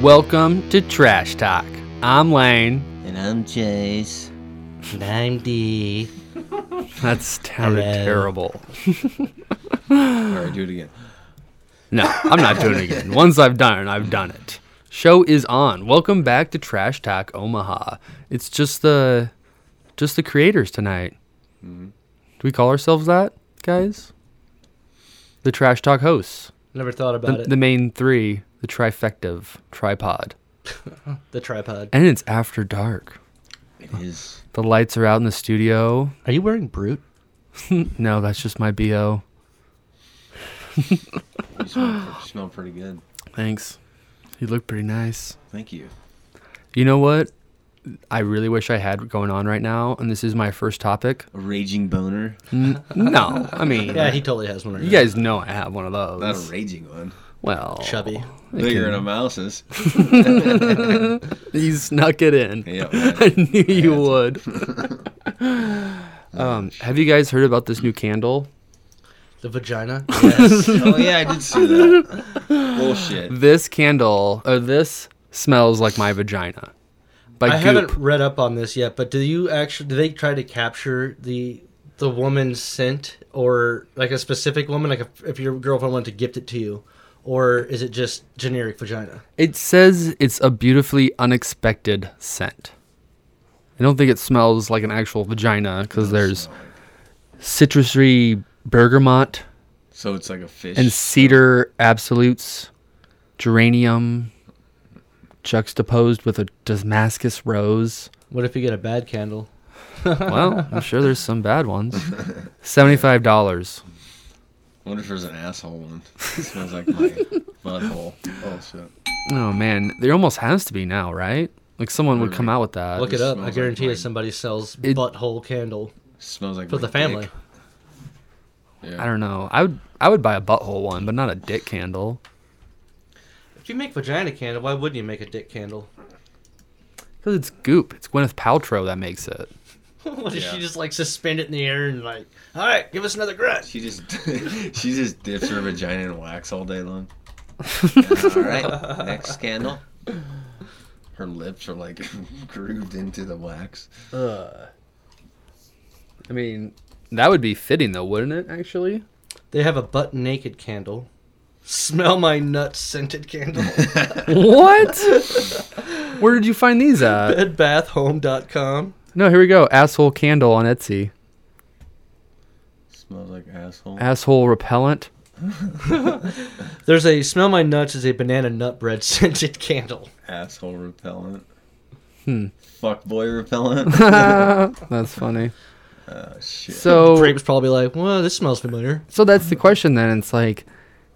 Welcome to Trash Talk. I'm Lane. And I'm Chase. And I'm D. That sounded Hello. terrible. All right, do it again. No, I'm not doing it again. Once I've done it, I've done it. Show is on. Welcome back to Trash Talk Omaha. It's just the just the creators tonight. Mm-hmm. Do we call ourselves that, guys? The Trash Talk hosts. Never thought The, about it. the main three, the trifective tripod. the tripod. And it's after dark. It is. The lights are out in the studio. Are you wearing brute? No, that's just my BO. You smell, you smell pretty good. Thanks. You look pretty nice. Thank you. You know what? I really wish I had going on right now, and this is my first topic. A raging boner. N- no, I mean, Yeah, he totally has one. Right you now. guys know I have one of those. Not a raging one. well, chubby. Bigger than a mouse's. You snuck it in. Yeah. I knew you would. um, have you guys heard about this new candle? The vagina. Yes. oh yeah, I did see that. Bullshit. This candle, or this smells like my vagina. By Goop. I haven't read up on this yet, but do you actually do they try to capture the the woman's scent or like a specific woman, like if- if your girlfriend wanted to gift it to you, or is it just generic vagina? It says it's a beautifully unexpected scent. I don't think it smells like an actual vagina because there's citrusy bergamot So it's like a fish. and cedar absolutes, geranium juxtaposed with a Damascus rose. What if you get a bad candle? Well, I'm sure there's some bad ones. $75. I wonder if there's an asshole one. It smells like my butthole. Oh shit. Oh man, there almost has to be now, right? Like someone would come out with that. Look it just up. I smells like guarantee you mine. somebody sells It- butthole candle smells like for my the family. dick. Yeah. I don't know. I would I would buy a butthole one, but not a dick candle. If you make vagina candle, why wouldn't you make a dick candle? Because it's goop. It's Gwyneth Paltrow that makes it. what if Yeah. she just like suspend it in the air and like, all right, give us another grunt? She just she just dips her vagina in wax all day long. all right, next scandal. Her lips are like grooved into the wax. I mean, that would be fitting though, wouldn't it, actually? They have a butt naked candle. Smell my nut scented candle. what? Where did you find these at? Bedbathhome.com. No, here we go. Asshole candle on Etsy. Smells like asshole. Asshole repellent. There's a smell my nuts is a banana nut bread scented candle. asshole repellent. Hmm. Fuck boy repellent. That's funny. oh, shit. So Grape's probably like, well, this smells familiar. so that's the question then. It's like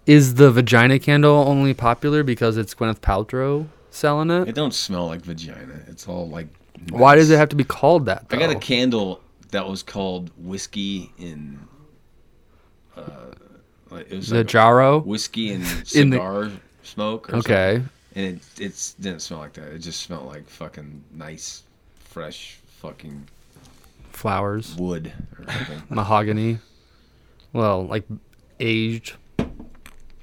is the vagina candle only popular because it's Gwyneth Paltrow selling it it? don't smell like vagina. It's all like. Why does it nuts. have to be called that though? I got a candle that was called whiskey in. Uh, like, it was the like a Jaro? whiskey and In the- cigar smoke. Or something. Okay. And it it's, didn't smell like that. It just smelled like fucking nice, fresh fucking Flowers. wood or something. mahogany. Well, like aged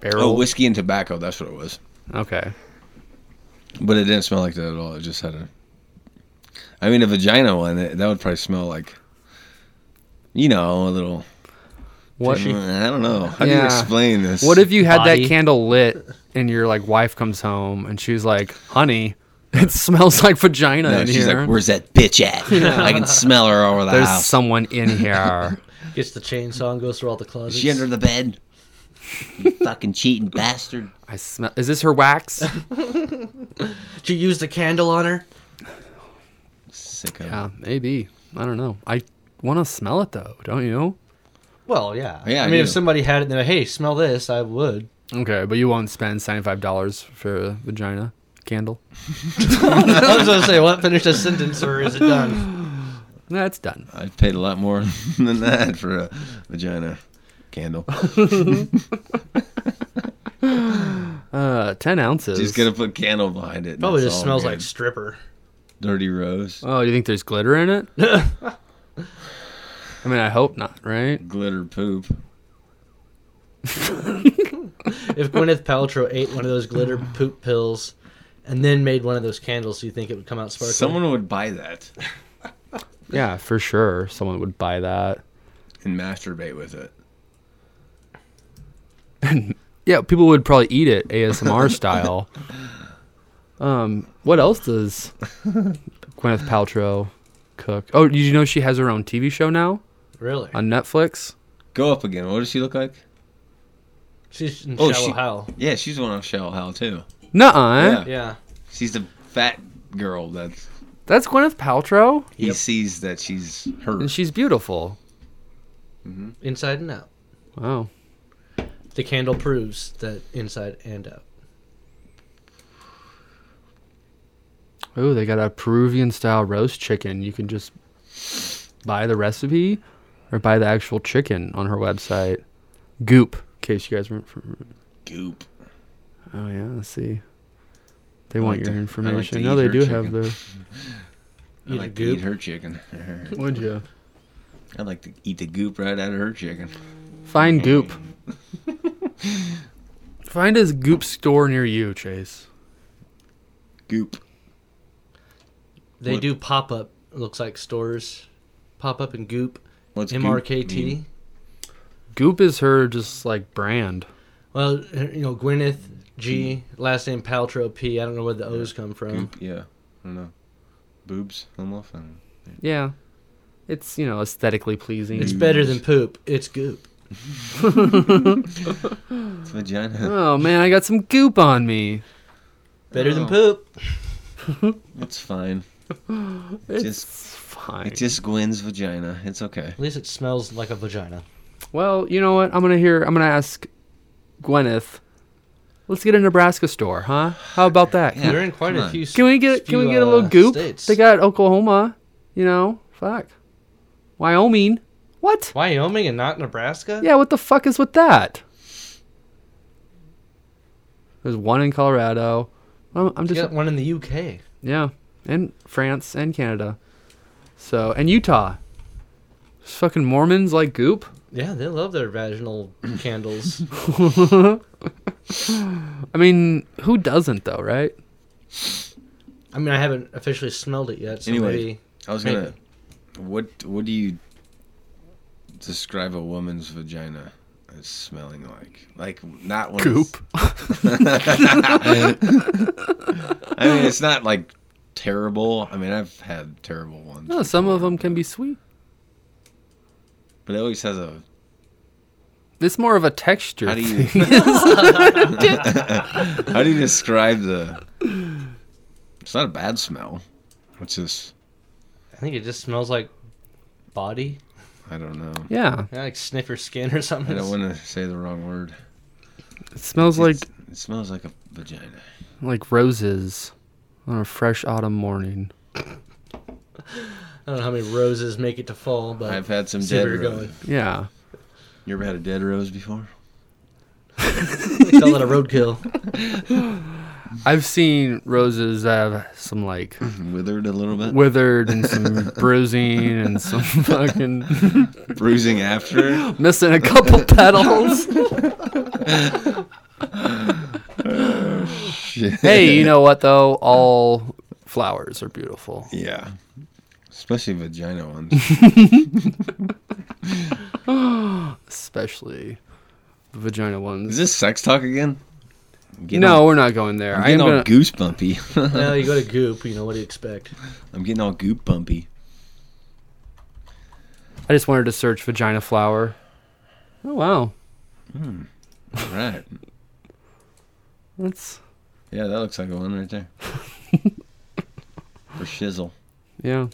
barrel. oh, whiskey and tobacco. That's what it was. Okay. But it didn't smell like that at all. It just had a. I mean, a vagina one that that would probably smell like. You know, a little. What? Mm, I don't know. How do Yeah. you explain this? What if you had Body. that candle lit and your like wife comes home and she's like, "Honey, it smells like vagina No, in she's here. like, "Where's that bitch at? I can smell her over the There's house. someone in here." Gets the chainsaw and goes through all the closets. Is she under the bed? You fucking cheating bastard! I smell. Is this her wax? Did you use the candle on her? Sicko. yeah, maybe. I don't know. I want to smell it though, don't you? Well, yeah. Yeah, I I mean, if do. somebody had it and they're like, hey, smell this, I would. Okay, but you won't spend seventy-five dollars for a vagina candle. I was going to say, what? Finish the sentence or is it done? That's done. I paid a lot more than that for a vagina candle. Uh, ten ounces. Just gonna put candle behind it. and Probably it's just all smells good. like stripper. dirty rose, Oh, you think there's glitter in it? I mean, I hope not, right? glitter poop. If Gwyneth Paltrow ate one of those glitter poop pills and then made one of those candles, do you think it would come out sparkling? Someone would buy that Yeah, for sure. Someone would buy that. and masturbate with it. Yeah, people would probably eat it ASMR style. Um, what else does Gwyneth Paltrow cook? Oh, did you know she has her own TV show now really? on Netflix? Go up again. What does she look like? She's in Oh, shallow she- hell. Yeah, she's the one on Shell Hell too. Nuh-uh. Yeah. Yeah. She's the fat girl that That's Gwyneth Paltrow, he Yep. sees that she's her. and she's beautiful. Inside and out. Wow. The candle proves that inside and out. Oh, they got a Peruvian style roast chicken. You can just buy the recipe or buy the actual chicken on her website. Goop, in case you guys weren't. From, Goop. oh yeah, let's see. They I want like your to- I like information. to no, eat they her do have chicken. the. I Eat a like to goop. eat her chicken. Would you? I like to eat the goop right out of her chicken. Mm. Find Goop. Find a Goop store near you, Chase. Goop. They What- do pop up. Looks like stores, pop up and Goop, What's goop Mm. MRKT. mean? Goop is her just like brand. Well, you know Gwyneth G, last name Paltrow P. I don't know where the O's come from. Goop. Yeah. I don't know. Boobs. I'm laughing. Yeah. It's, you know, aesthetically pleasing. It's better than poop. It's Goop. It's vagina. oh man, I got some goop on me. Better than Oh. poop. It's fine. It's Just- fine. It's just Gwen's vagina. It's okay. At least it smells like a vagina. well, you know what? I'm gonna hear I'm gonna ask Gwyneth. Let's get a Nebraska store, huh? How about that? Yeah, They're in quite come a on. few. Can we get can few, we get a little uh, goop? States. They got Oklahoma, you know. Fuck. Wyoming. What? Wyoming and not Nebraska. Yeah, what the fuck is with that? There's one in Colorado. I'm, I'm We just got one in the UK. yeah, and France and Canada. So and Utah. Just fucking Mormons like goop. Yeah, they love their vaginal candles. I mean, who doesn't though, right? I mean, I haven't officially smelled it yet. So Anyway. maybe I was gonna. What What do you describe a woman's vagina as smelling like? Like not when it's- I mean, it's not like terrible. I mean, I've had terrible ones. No, some of before, them can but- be sweet. But it always has a. It's more of a texture. How do you- thing. How do you describe the? It's not a bad smell. It's just I think it just smells like body. I don't know. yeah, Yeah, like sniffer skin or I something. don't want to say the wrong word. it smells like It's- it smells like a vagina. like roses on a fresh autumn morning. I don't know how many roses make it to fall, but I've had some see where dead you're rose. going. Yeah. You ever had a dead rose before? They call it a roadkill. I've seen roses that have some like Withered a little bit, withered and some bruising and some fucking bruising after. missing a couple petals. Shit. hey, you know what though? All flowers are beautiful. Yeah, especially vagina ones. Especially the vagina Is ones. this sex talk again? I'm getting no, all, we're not going there. I'm I am getting all gonna, goosebumpy. now you go to Goop. You know what do you expect? I'm getting all goop bumpy. I just wanted to search vagina flower. Oh wow. All right. That's Yeah, that looks like a one right there. For shizzle. yeah.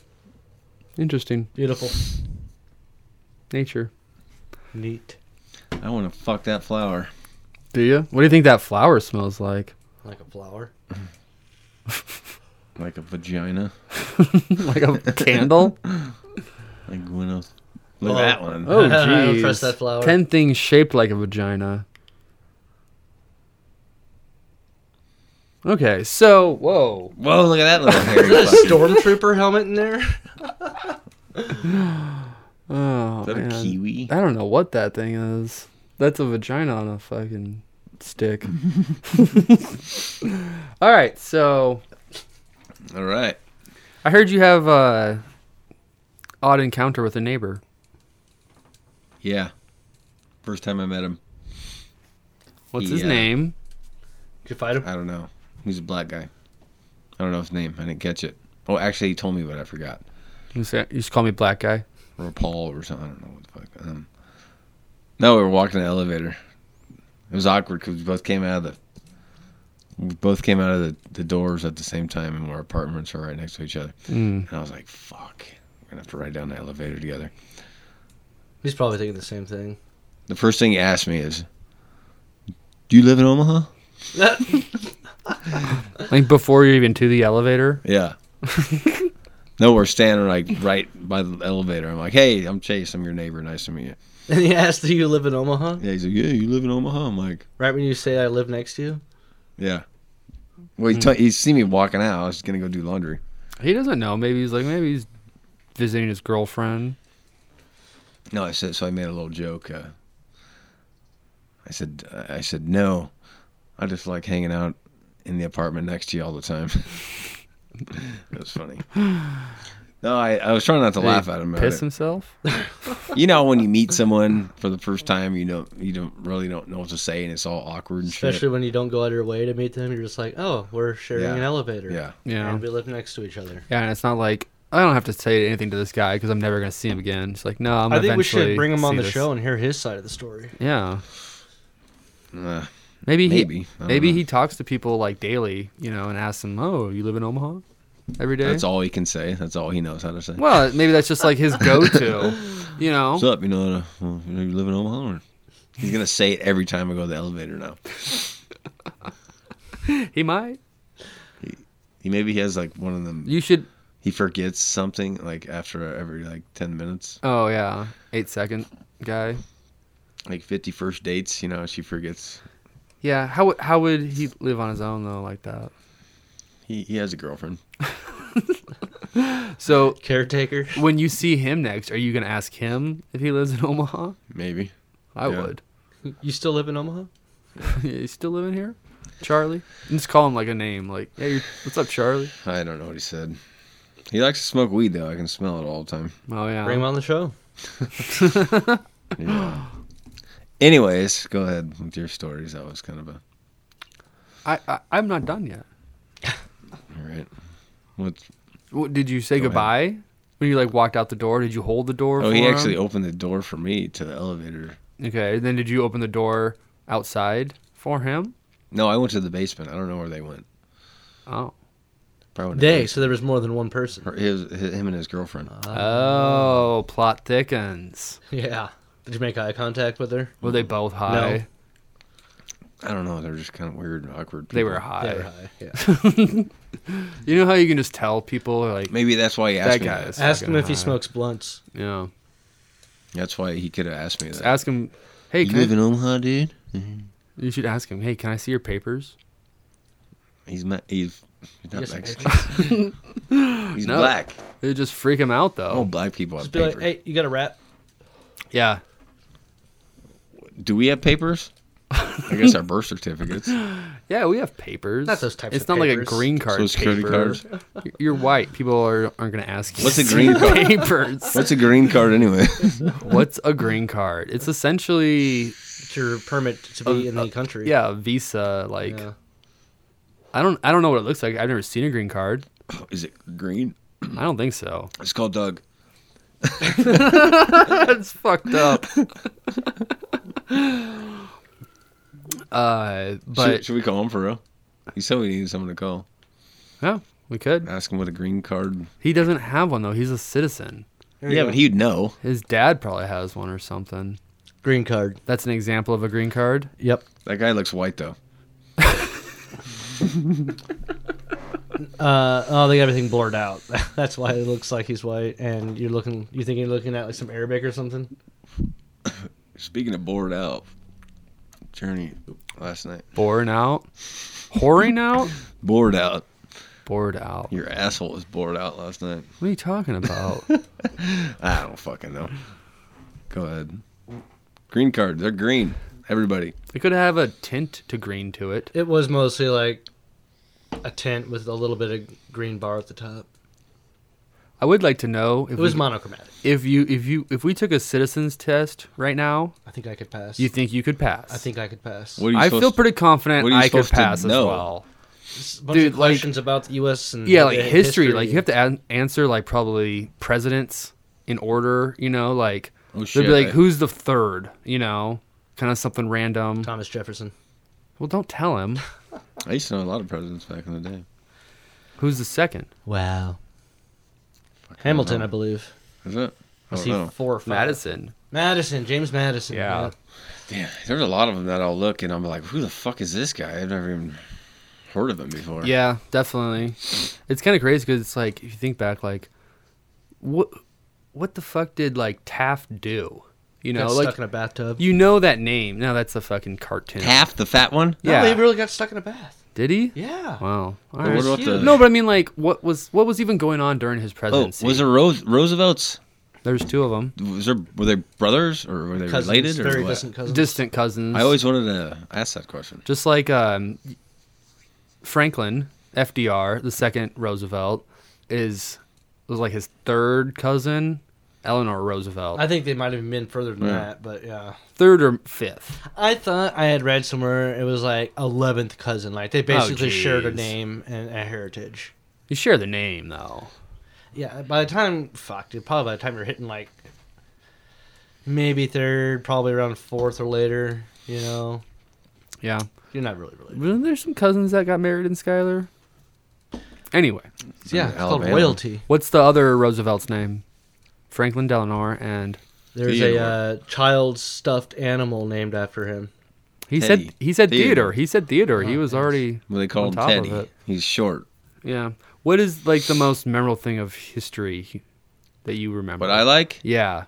Interesting. Beautiful, Nature. neat, I want to fuck that flower. Do you? What do you think that flower smells like? like a flower. Like a vagina. like a candle? Like Gwyneth. Look Oh. at that one. Oh, I don't jeez. trust that flower. Ten things shaped like a vagina. Okay, so whoa, Whoa, look at that little hairy A fuck. stormtrooper helmet in there. oh Is that a man. kiwi? Oh, I don't know what that thing is. That's a vagina on a fucking stick. All right, so All right. I heard you have a odd encounter with a neighbor. Yeah. First time I met him, What's his Yeah. name? Did you fight him? I don't know. He's a black guy. I don't know his name. I didn't catch it. Oh, actually, he told me, but I forgot. You say- you just call me black guy. or Paul or something. I don't know what the fuck. Um, no, we were walking the elevator. It was awkward because we both came out of the we both came out of the, the doors at the same time, and our apartments are right next to each other. Mm. And I was like, "Fuck, we're gonna have to ride down the elevator together." He's probably thinking the same thing. The first thing he asked me is, "Do you live in Omaha?" Like before you're even to the elevator. Yeah. no, we're standing like right by the elevator. I'm like, "Hey, I'm Chase. I'm your neighbor. Nice to meet you." and he asked, "Do you live in Omaha?" Yeah, he's like, "Yeah, you live in Omaha?" I'm like, Right when you say, "I live next to you," Yeah. Well, he, t- he see me walking out. I was just gonna go do laundry. He doesn't know. Maybe he's like maybe he's visiting his girlfriend. No, I said. So I made a little joke. Uh, I said. I said no. I just like hanging out in the apartment next to you all the time. it was funny. No, I, I was trying not to Did he laugh at him. about Piss it. himself. You know when you meet someone for the first time, you don't you don't really don't know what to say, and it's all awkward and shit. especially when you don't go out of your way to meet them, you're just like, "Oh, we're sharing Yeah. an elevator." Yeah. Yeah. And we live next to each other. Yeah, and it's not like I don't have to say anything to this guy because I'm never gonna see him again. It's like no, I'm. I think we eventually should bring him on see the this. show and hear his side of the story. Yeah, Uh, maybe he maybe. maybe, I don't know. he talks to people like daily, you know, and asks them, "Oh, you live in Omaha every day?" That's all he can say. That's all he knows how to say. Well, maybe that's just like his go-to, you know. What's up? You know, uh, you know, you live in Omaha. Or? He's gonna say it every time I go to the elevator now. he might. He maybe he has like one of them. You should. He forgets something like after every like ten minutes, Oh yeah, eight second guy. like fifty first dates. You know, she forgets. Yeah. How would- how would he live on his own though like that? He he has a girlfriend. So Caretaker. when you see him next, are you gonna ask him if he lives in Omaha? Maybe I Yeah. would. You still live in Omaha? Yeah, you still living here, Charlie? And just call him like a name, like, "Hey, you're, what's up, Charlie?" I don't know what he said. He likes to smoke weed though. I can smell it all the time. Oh yeah. Bring him on the show. Yeah. Anyways, go ahead with your stories. That was kind of a I, I I'm not done yet. all right. What? What, did you say Go ahead. goodbye when you like walked out the door? Did you hold the door? Oh, for he him? actually opened the door for me to the elevator. Okay. Then did you open the door outside for him? No, I went to the basement. I don't know where they went. Oh. Probably in the They. So there was more than one person. Her, his, his, him and his girlfriend. Uh, Uh, Oh, plot thickens. Yeah. Did you make eye contact with her? Were they both high? I don't know. They're just kind of weird and awkward. People. They were high. They were high. Yeah. You know how you can just tell people are like, Maybe that's why he asked That me guy that. is- Ask him fucking if he high. smokes blunts. you know, That's why he could have asked me that. just ask him, hey, you can I-" live in Omaha, dude? you should ask him, hey, can I see your papers? He's ma- he's, he's not Yes, Mexican. he's No. Oh. black. It would just freak him out All though. black people have Just be papers. like, hey, you got a rap? Yeah. Do we have papers? I guess our birth certificates, Yeah, we have papers. Not those types It's of not like papers. a green card. social security paper. cards. You're- You're white. People are, aren't going to ask you. What's a to see green your card? Papers. What's a green card anyway? What's a green card? It's essentially It's your permit to be in the country. yeah, a visa. Like Yeah. I don't I don't know what it looks like. I've never seen a green card. Is it green? I don't think so. It's called Doug. That's fucked up. uh, Should, but should we call him for real? He said we needed someone to call. yeah, we could. Ask him what a green card. He doesn't have one though. He's a citizen. There you yeah, go. but he'd know. His dad probably has one or something. green card. That's an example of a green card. Yep. That guy looks white though. Uh, oh, they got everything blurred out. That's why it looks like he's white. And you're looking, you think you're looking at like some Arabic or something? Speaking of bored out, Journey last night. Boring out, whoring out, Bored out. bored out. Your asshole was bored out last night. What are you talking about? I don't fucking know. Go ahead. Green card. They're green. Everybody. It could have a tint to green to it. It was mostly like a tent with a little bit of green bar at the top. I would like to know if It was we, monochromatic. if you if you if we took a citizens test right now, I think I could pass. you think you could pass? I think I could pass. What are you I supposed feel to- pretty confident what are you I could supposed to pass as know? Hmm. well. Just a bunch Dude, of like- questions about the U.S. and Yeah, like the history, like you have to an- answer like probably presidents in order, you know, like Oh, they'd shit, be like I- who's the third, you know, kind of something random. Thomas Jefferson. Well, don't tell him I used to know a lot of presidents back in the day. who's the second. Wow. Hamilton, I believe. Is it? I I don't see know. four or five. Madison. Madison, James Madison. Yeah. Damn, there's a lot of them that I'll look and I'm like, who the fuck is this guy? I've never even heard of him before. Yeah, definitely. It's kind of crazy because it's like if you think back, like what what the fuck did like Taft do? You know, got like stuck in a bathtub. you know that name. No, that's a fucking cartoon. Half the fat one? No, Yeah. he really got stuck in a bath. Did he? Yeah. Wow. All But right. what about the- No, but I mean, like, what was what was even going on during his Oh, presidency? was it Rose Roosevelt's? There's two of them, Was there were they brothers or were they Cousins, related or very what? distant cousins. distant cousins. I always wanted to ask that question. just like um, Franklin, FDR, the second Roosevelt, is was like his third cousin, Eleanor Roosevelt, I think they might have been further than Yeah. that, but yeah. third or fifth. I thought I had read somewhere it was like eleventh cousin. Like they basically shared a jeez. name and a heritage. You share the name though. Yeah. By the time, fuck, dude. Probably by the time you're hitting like maybe third, probably around fourth or later. You know, Yeah. you're not really related. Wasn't there some cousins that got married in Schuyler? Anyway, Yeah, it's called Alabama. royalty. what's the other Roosevelt's name? Franklin Delano, and There's Theodore. a uh, child stuffed animal named after him. he Teddy. said he said Theodore. Theodore. He said Theodore. he Oh, was nice. already Well, they On called him top of Teddy. it. He's short. yeah. What is like the most memorable thing of history that you remember? But I like yeah.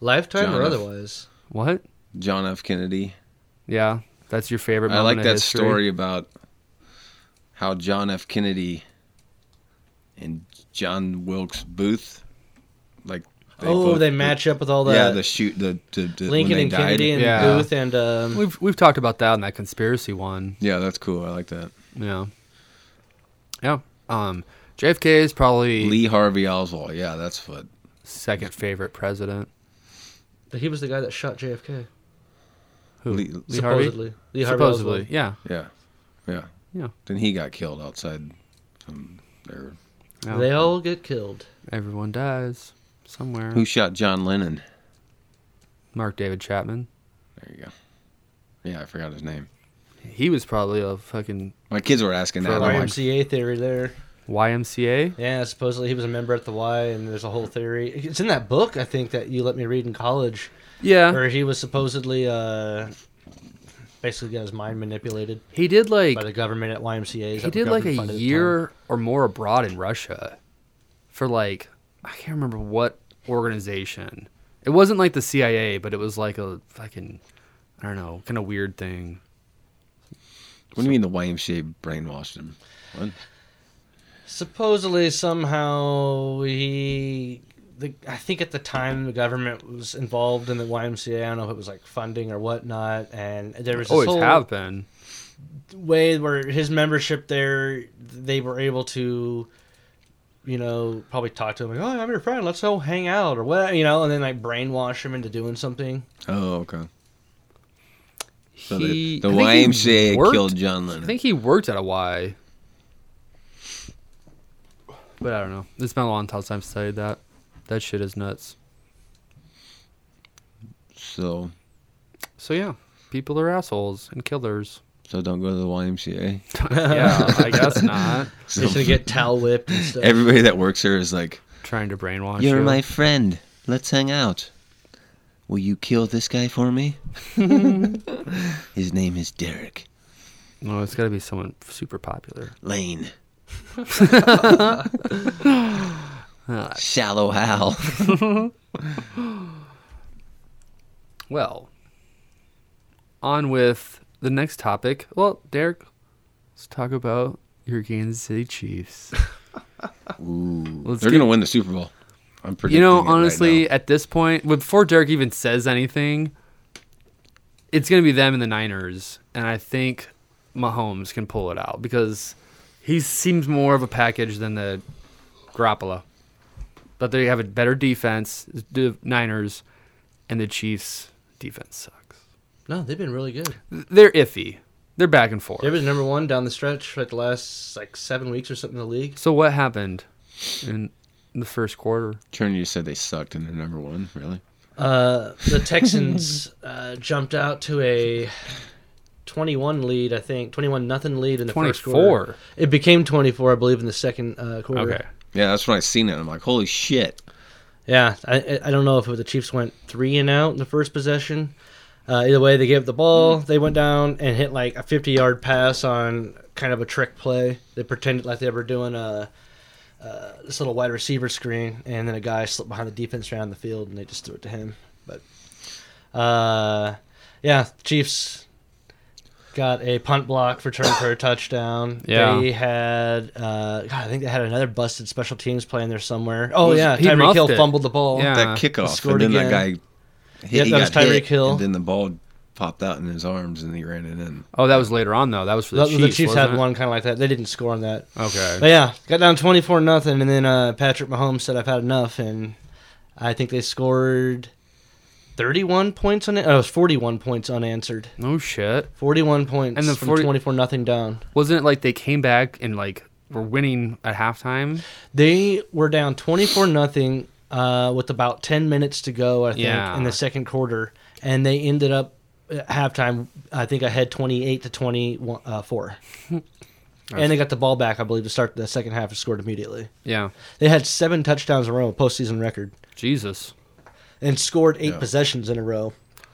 Lifetime John or F. otherwise. What? John F. Kennedy. Yeah, that's your favorite. I Moment like of that history. story about how John F. Kennedy and John Wilkes Booth, like oh, both- they match up with all the yeah, the shoot the, the, the when Lincoln they and died. Kennedy and Yeah. Booth and um, We've we've talked about that in that conspiracy one. Yeah, that's cool. I like that. Yeah, yeah. Um, JFK is probably Lee Harvey Oswald. Yeah, that's what. second favorite president. he was the guy that shot JFK. Who? Lee- Lee Harvey. supposedly. Lee Harvey Supposedly, Oswald. yeah. Yeah, yeah, Yeah. Then he got killed outside some there. yeah. They all get killed. Everyone dies somewhere. Who shot John Lennon? Mark David Chapman. There you go. Yeah, I forgot his name. He was probably a fucking My kids were asking For that. I'm like, YMCA theory there. YMCA. Yeah, supposedly he was a member at the Y, and there's a whole theory. It's in that book I think that you let me read in college, Yeah, where he was supposedly uh, basically got his mind manipulated he did like by the government at YMCA. he did like a year or more abroad in Russia for like I can't remember what organization. It wasn't like the CIA, but it was like a fucking I don't know, kind of weird thing. what do you mean the YMCA brainwashed him? What? Supposedly, somehow he, the, I think at the time the government was involved in the YMCA. I don't know if it was like funding or whatnot, and there was this Always whole have been. way where his membership there, they were able to, you know, probably talk to him like, "Oh, I'm your friend. Let's go hang out," or what, you know, and then like brainwash him into doing something. Oh, okay. So He- the, I the think he YMCA worked- killed John I Lennon. think he worked at a Y. But I don't know. It's been a long time since I've studied that. That shit is nuts. so So yeah, people are assholes and killers. so don't go to the YMCA. yeah, I guess not. So He's gonna get towel whipped and stuff. everybody that works here is like, Trying to brainwash "You're you. my friend. Let's hang out. Will you kill this guy for me?" His name is Derek no, it's got to be someone super popular. Lane. Ah, Shallow Hal. Well, on with the next topic. Well, Derek, let's talk about your Kansas City Chiefs. Ooh, Let's they're get- gonna win the Super Bowl. I'm predicting. you it know, right honestly, now. at this point, before Derek even says anything, it's going to be them and the Niners, and I think Mahomes can pull it out because he seems more of a package than the Garoppolo. But they have a better defense, the Niners, and the Chiefs' defense sucks. No, they've been really good. They're iffy. They're back and forth. They were number one down the stretch like the last like seven weeks or something in the league. So what happened in the first quarter? Turner, you said they sucked and they're number one. Really? Uh, the Texans uh, jumped out to a 21 lead, I think, 21 nothing lead in the first quarter. 24. It became 24, I believe, in the second uh, quarter. Okay. Yeah, that's when I seen it. I'm like, holy shit. Yeah, I- I, I don't know if the Chiefs went three and out in the first possession. Uh, either way, they gave up the ball. Mm-hmm. They went down and hit like a 50 yard pass on kind of a trick play. They pretended like they were doing a. Uh, this little wide receiver screen, and then a guy slipped behind the defense around the field, and they just threw it to him. But, uh, yeah, Chiefs got a punt block return for a touchdown. Yeah. they had uh, God, I think they had another busted special teams play in there somewhere. Oh Was- yeah, he Tyreek muffed Hill it. fumbled the ball. Yeah. that Uh, kickoff, and scored then that again. guy hit, Yep, he that was got hit, Tyreek Hill. and then the ball popped out in his arms, and he ran it in. Oh, that was later on though. That was for the The, the Chiefs. Chiefs, wasn't had it? one kind of like that. They didn't score on that. But Okay. yeah, got down twenty four nothing, and then uh, Patrick Mahomes said, "I've had enough," and I think they scored thirty one points on it. Oh, it was forty one points unanswered. No shit. Forty one points And the from 40 twenty four nothing down. Wasn't it like they came back and like were winning at halftime? They were down twenty four nothing uh, with about ten minutes to go. I think Yeah. in the second quarter, and they ended up at halftime. I think I had twenty eight to twenty four. And they got the ball back, I believe, to start the second half and scored immediately. Yeah. They had seven touchdowns in a row, postseason record, Jesus. and scored eight Yeah. possessions in a row.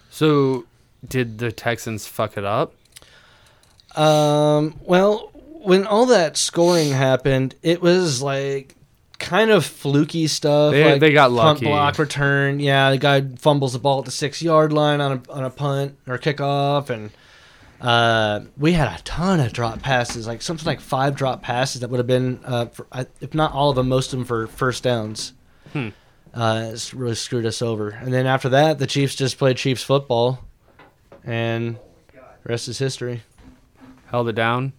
So did the Texans fuck it up? Um, well, when all that scoring happened, it was like kind of fluky stuff. They- like they got punt lucky. block return. Yeah, the guy fumbles the ball at the six yard line on a on a punt or kickoff, and uh, we had a ton of drop passes, like something like five drop passes that would have been, uh, for, I- if not all of them, most of them for first downs. Hmm. Uh, it's really screwed us over. And then after that, the Chiefs just played Chiefs football, and the rest is history. Held it down?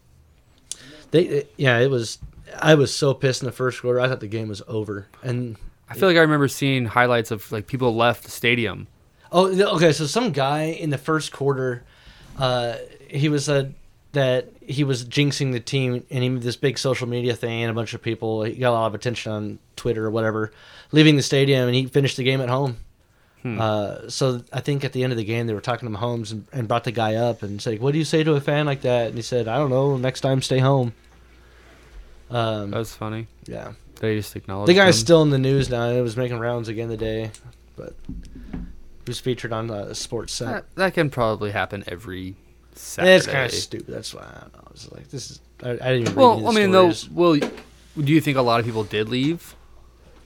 They, it- yeah, it was. I was so pissed in the first quarter. I thought the game was over. And I feel like I remember seeing highlights of like people left the stadium. oh, th- okay. So some guy in the first quarter, uh, he was said that he was jinxing the team, and he made this big social media thing, and a bunch of people he got a lot of attention on Twitter or whatever, leaving the stadium, and he finished the game at home. Uh, so I think at the end of the game they were talking to Mahomes and, and brought the guy up and said, "What do you say to a fan like that?" And he said, "I don't know. Next time, stay home." Um, That was funny. yeah. They just acknowledged The guy's him. still in the news now. and It was making rounds again today, but he was featured on uh, sports set. that, that can probably happen every Saturday. It's kind of stupid. That's why I, don't know. I was like, this is. I, I didn't even. Well, read I any of mean, the though, stories. well, do you think a lot of people did leave?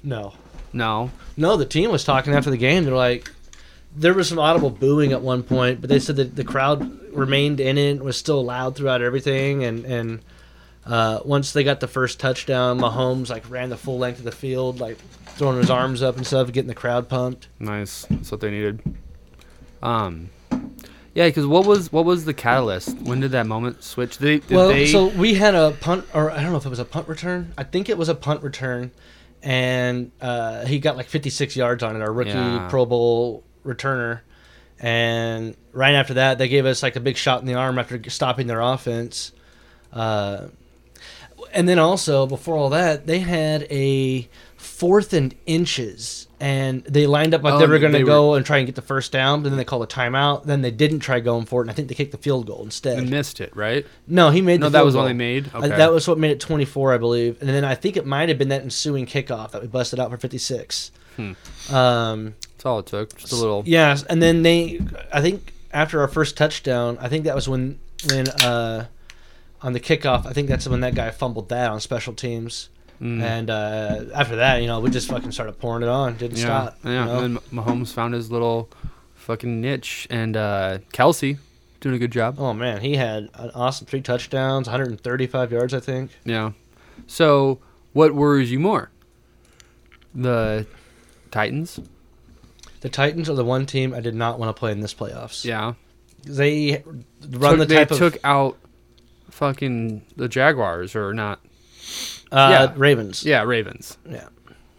No, No. no. The team was talking after the game. They're like, there was some audible booing at one point, but they said that the crowd remained in it, was still loud throughout everything, and and. Uh, once they got the first touchdown, Mahomes like ran the full length of the field, like throwing his arms up and stuff, getting the crowd pumped. Nice. That's what they needed. Um, yeah, because what was what was the catalyst? When did that moment switch? They, did well, they, so we had a punt, or I don't know if it was a punt return. I think it was a punt return, and uh, he got like 56 yards on it. Our rookie Yeah. Pro Bowl returner, and right after that, they gave us like a big shot in the arm after stopping their offense. Uh, and then also before all that, they had a fourth and inches, and they lined up like they Oh, were going they to were- go and try and get the first down. But then they called a timeout. Then they didn't try going for it, and I think they kicked the field goal instead. they missed it, right? No, he made. No, the that field was goal. all they made. I- Okay. Uh, that was what made it 24, I believe. And then I think it might have been that ensuing kickoff that we busted out for 56. Um, That's all it took. Just Hmm. a little. yeah, and then they, I think after our first touchdown, I think that was when when uh, on the kickoff, I think that's when that guy fumbled that on special teams. Mm-hmm. And uh, after that, you know, we just fucking started pouring it on. Didn't Yeah, stop. you yeah. know? And then Mahomes found his little fucking niche, and uh, Kelsey doing a good job. Oh man, he had an awesome three touchdowns, 135 yards, I think. Yeah. So, what worries you more? The Titans. The Titans are the one team I did not want to play in this playoffs. Yeah. They run took, the they type of took out fucking the Jaguars or not. uh, yeah. Ravens. Yeah, Ravens. Yeah.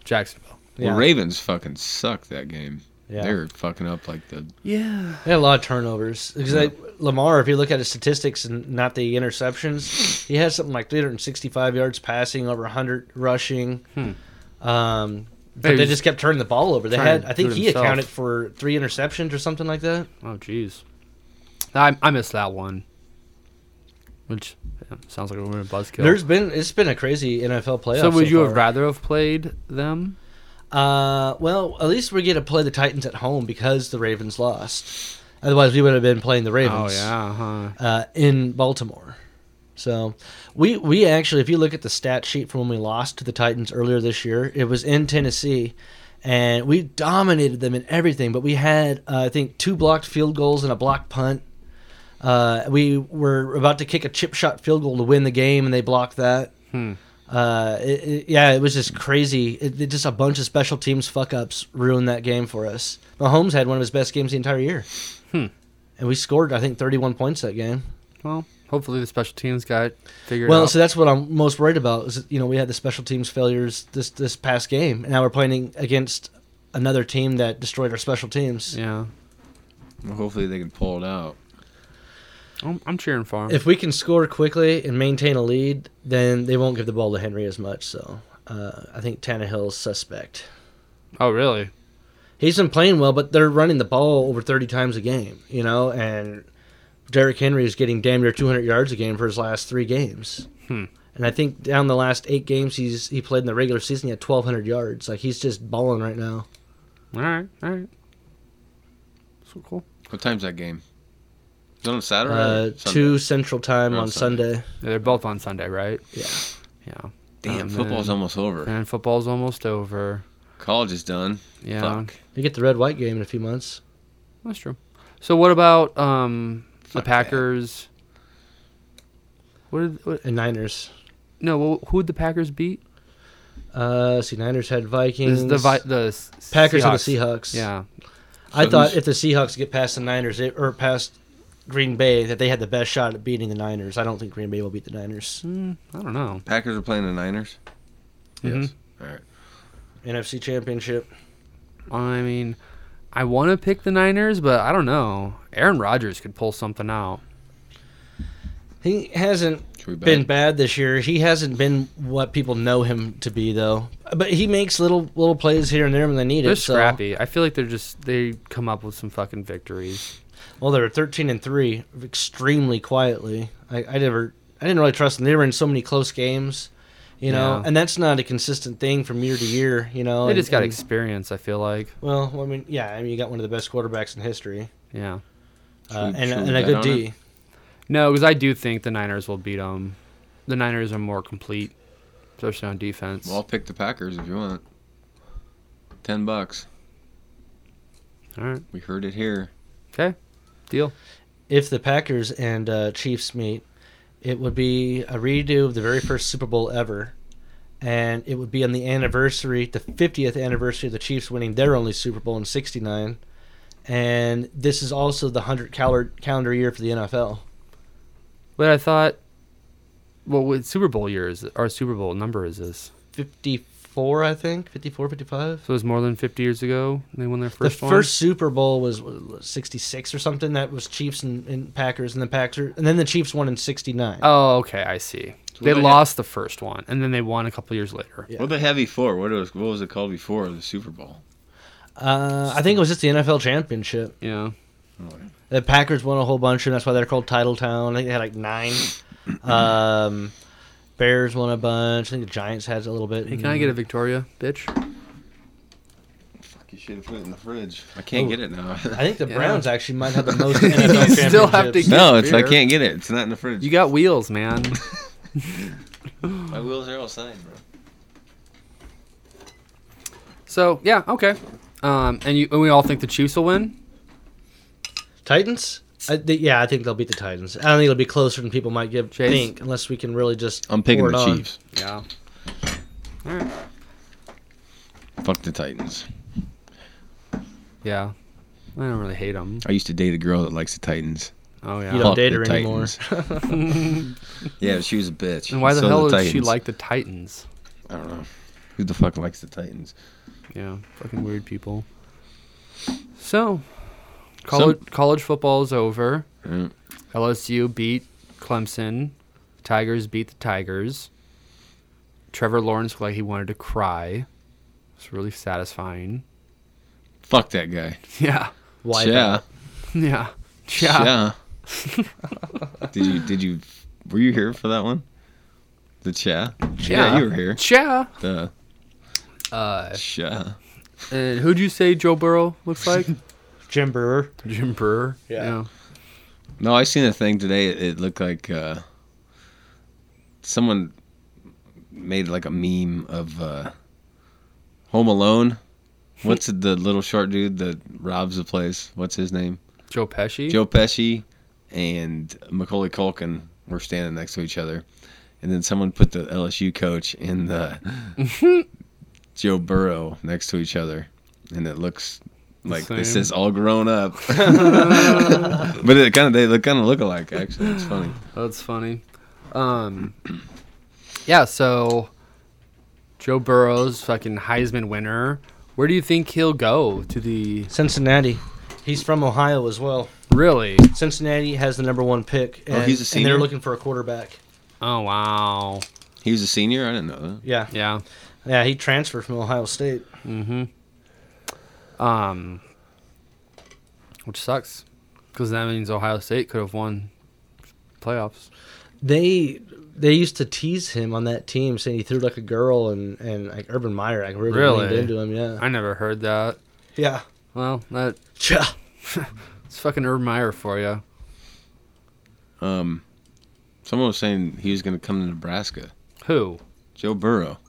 Jacksonville. The Yeah. Ravens fucking suck that game. Yeah. They were fucking up like the Yeah. They had a lot of turnovers. Because like, Lamar, if you look at his statistics and not the interceptions, he has something like 365 yards passing, over 100 rushing. Um, Hmm. Hey, but they he's just kept turning the ball over. They trying had, to I think do it he himself. accounted for three interceptions or something like that. Oh, jeez. I, I missed that one. Which yeah, sounds like a little bit of buzzkill. There's been it's been a crazy NFL playoff. so would you have far. rather have played them? Uh, well, at least we get to play the Titans at home because the Ravens lost. Otherwise, we would have been playing the Ravens. Oh yeah, huh. uh, in Baltimore. So we we actually, if you look at the stat sheet from when we lost to the Titans earlier this year, it was in Tennessee, and we dominated them in everything. But we had uh, I think two blocked field goals and a blocked punt. Uh, we were about to kick a chip shot field goal to win the game, and they blocked that. Hmm. Uh, it, it- yeah, it was just crazy. It, it just a bunch of special teams fuck ups ruined that game for us. Mahomes had one of his best games the entire year, and we scored I think 31 points that game. Well, hopefully the special teams got it figured Well, out. so that's what I'm most worried about. Is that, you know we had the special teams failures this this past game, and now we're playing against another team that destroyed our special teams. yeah, well, hopefully they can pull it out. I'm, I'm cheering for 'em. If we can score quickly and maintain a lead, then they won't give the ball to Henry as much. So uh, I think Tannehill's suspect. oh, really? He's been playing well, but they're running the ball over 30 times a game, you know, and Derrick Henry is getting damn near 200 yards a game for his last three games. Hmm. And I think down the last eight games he's he played in the regular season, he had 1,200 yards. Like he's just balling right now. All right, all right. So cool. What time's that game? Is it on Saturday? Uh, or Sunday? two Central Time Or on on Sunday. Sunday. Yeah, They're both on Sunday, right? Yeah. Yeah. Damn, Oh, football's man. almost over. And football's almost over. College is done. Yeah, Fuck. You get the red white game in a few months. that's true. So what about um the Fuck that. Packers? What, did, what? And Niners. No, who would the Packers beat? Uh, see, Niners had This Vikings. is the Vi- the S- Seahawks. Packers had the Seahawks. Yeah. I So thought who's- if the Seahawks get past the Niners it, or past Green Bay, that they had the best shot at beating the Niners. I don't think Green Bay will beat the Niners. Mm, I don't know. Packers are playing the Niners. Mhm. All right. NFC Championship. I mean, I want to pick the Niners, but I don't know. Aaron Rodgers could pull something out. He hasn't Should we bet? been bad this year. He hasn't been what people know him to be, though. But he makes little little plays here and there when they need They're it. so- scrappy. I feel like they're just they come up with some fucking victories. Well, they were thirteen and three, extremely quietly. I, I never, I didn't really trust them. They were in so many close games, you know, Yeah. and that's not a consistent thing from year to year, you know. They and- just got and- experience. I feel like. well, I mean, yeah, I mean, you got one of the best quarterbacks in history, Yeah. uh, Should we- should and, we and a bet good on D. it? No, because I do think the Niners will beat them. The Niners are more complete, especially on defense. Well, I'll pick the Packers if you want. Ten bucks. All right, We heard it here. deal. If the Packers and uh, Chiefs meet, it would be a redo of the very first Super Bowl ever, and it would be on the anniversary, the fiftieth anniversary of the Chiefs winning their only Super Bowl in '69. And this is also the hundred calendar calendar year for the NFL. But I thought, well, what Super Bowl year is our Super Bowl number is this? 54, I think. 54, 55. So it was more than fifty years ago they won their first the one. first Super Bowl was what, 66 or something. That was Chiefs and, and Packers, and the Packers, and then the Chiefs won in 69. Oh, okay, I see. So they they had- lost the first one, and then they won a couple years later. Yeah. What the heavy for? What was what was it called before the Super Bowl? Uh, I think it was just the NFL championship. You know, The Packers won a whole bunch, and that's why they're called Title Town. I think they had like nine. um, Bears won a bunch. I think the Giants had a little bit. hey, can I get a Victoria, bitch? Fuck, you should have put it in the fridge. I can't Oh. get it now. I think the Yeah. Browns actually might have the most NFL You still have to championships. no, it's I Beer. can't get it. It's not in the fridge. You got wheels, man. My wheels are outside, bro. so yeah, okay. Um, and you and we all think the Chiefs will win. Titans? I thi- yeah, I think they'll beat the Titans. I don't think it'll be closer than people might give Chase? think, unless we can really just. I'm picking pour it the on. Chiefs. Yeah. All right. Fuck the Titans. Yeah. I don't really hate them. I used to date a girl that likes the Titans. Oh yeah. You don't Fuck date the her anymore. Titans. yeah, she was a bitch. and why the So hell does she Titans. like the Titans? I don't know. Who the fuck likes the Titans? Yeah, fucking weird people. So, college Some- college football is over. Mm. LSU beat Clemson. Tigers beat the Tigers. Trevor Lawrence looked like he wanted to cry. It's really satisfying. Fuck that guy. Yeah, Why? yeah. yeah, yeah. Yeah. did you? Did you? Were you here for that one? The cha? Yeah, you were here. Yeah. The Uh, cha. and who'd you say Joe Burrow looks like? Jim Brewer. Jim Brewer. Yeah. No, I seen a thing today. It, it looked like uh, someone made like a meme of uh, Home Alone. What's the little short dude that robs the place? What's his name? Joe Pesci. Joe Pesci and Macaulay Culkin were standing next to each other, and then someone put the LSU coach and the Joe Burrow next to each other, and it looks like The this same. is all grown up. but it kind of they look kind of look alike. Actually, it's funny. That's funny. Um, yeah, so Joe Burrow's fucking Heisman winner. Where do you think he'll go to the Cincinnati. He's from Ohio as well. really? Cincinnati has the number one pick. Oh, And, he's a And senior? they're looking for a quarterback. Oh wow, He was a senior. I didn't know that. Yeah. yeah. Mm-hmm. Yeah, he transferred from Ohio State. Um, which sucks because that means Ohio State could have won playoffs. They they used to tease him on that team, saying he threw like a girl and and like Urban Meyer, like really, Really? leaned into him. Yeah. I never heard that. Yeah. Well, that Yeah. it's fucking Urban Meyer for you. Um, someone was saying he was going to come to Nebraska. Who? Joe Burrow.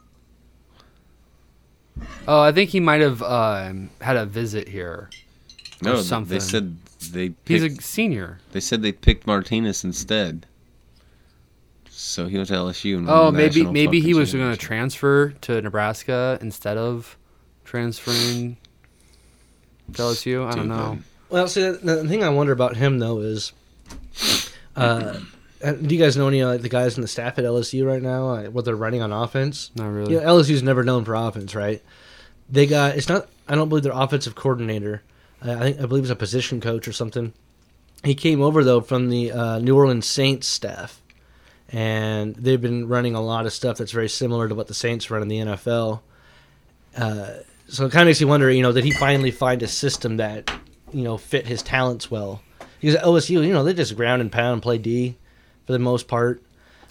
Oh, I think he might have um, had a visit here. Or No, something. they said they He's picked, a senior. They said they picked Martinez instead. So he went to LSU. And won Oh, the maybe national maybe he fucking was going to championship. transfer to Nebraska instead of transferring to LSU. I don't know. Well, see, the- the thing I wonder about him though is, uh, uh, do you guys know any like the guys in the staff at LSU right now? Like, what they're running on offense? Not really. Yeah, LSU's never known for offense, right? They got it's not. I don't believe their offensive coordinator. Uh, I think I believe it's a position coach or something. He came over though from the uh, New Orleans Saints staff, and they've been running a lot of stuff that's very similar to what the Saints run in the NFL. Uh, so it kind of makes you wonder, you know, did he finally find a system that you know fit his talents well? Because at LSU, you know, they just ground and pound, play D for the most part.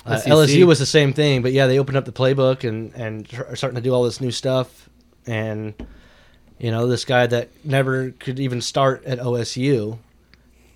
Uh, SEC. LSU was the same thing, but yeah, they opened up the playbook and and tr- are starting to do all this new stuff. And you know, this guy that never could even start at OSU,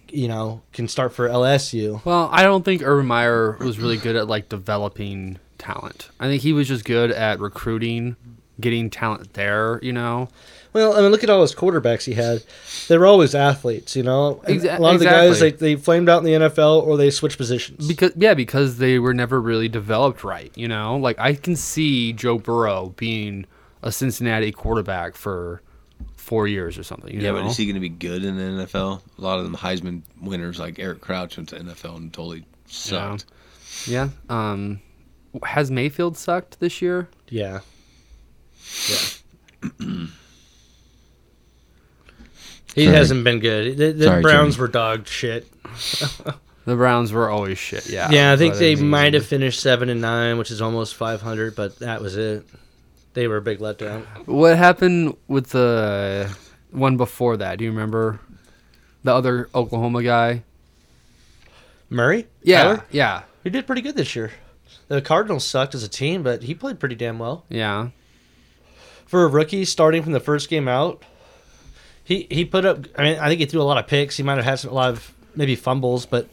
you know, can start for LSU. Well, I don't think Urban Meyer was really good at like developing talent. I think he was just good at recruiting, getting talent there. You know, Well, I mean, look at all those quarterbacks he had. They were always athletes, you know. And Exa- a lot of the guys exactly. they, they flamed out in the NFL or they switched positions. because yeah, because they were never really developed right. You know, like I can see Joe Burrow being a Cincinnati quarterback for four years or something. You Yeah, know? but is he going to be good in the NFL? A lot of them Heisman winners like Eric Crouch went to NFL and totally sucked. yeah. Um, has Mayfield sucked this year? yeah. Yeah. he Sorry. hasn't been good. The, the Sorry, Browns Jimmy. were dog shit. The Browns were always shit. Ah, Yeah. Yeah, I think But, they mean, might have finished 7 and 9, which is almost 500, but that was it. They were a big letdown. What happened with the one before that? Do you remember the other Oklahoma guy? Murray? Yeah. Tyler? Yeah. He did pretty good this year. The Cardinals sucked as a team, but he played pretty damn well. Yeah. for a rookie starting from the first game out. He he put up. I mean, I think he threw a lot of picks. He might have had some, a lot of maybe fumbles, but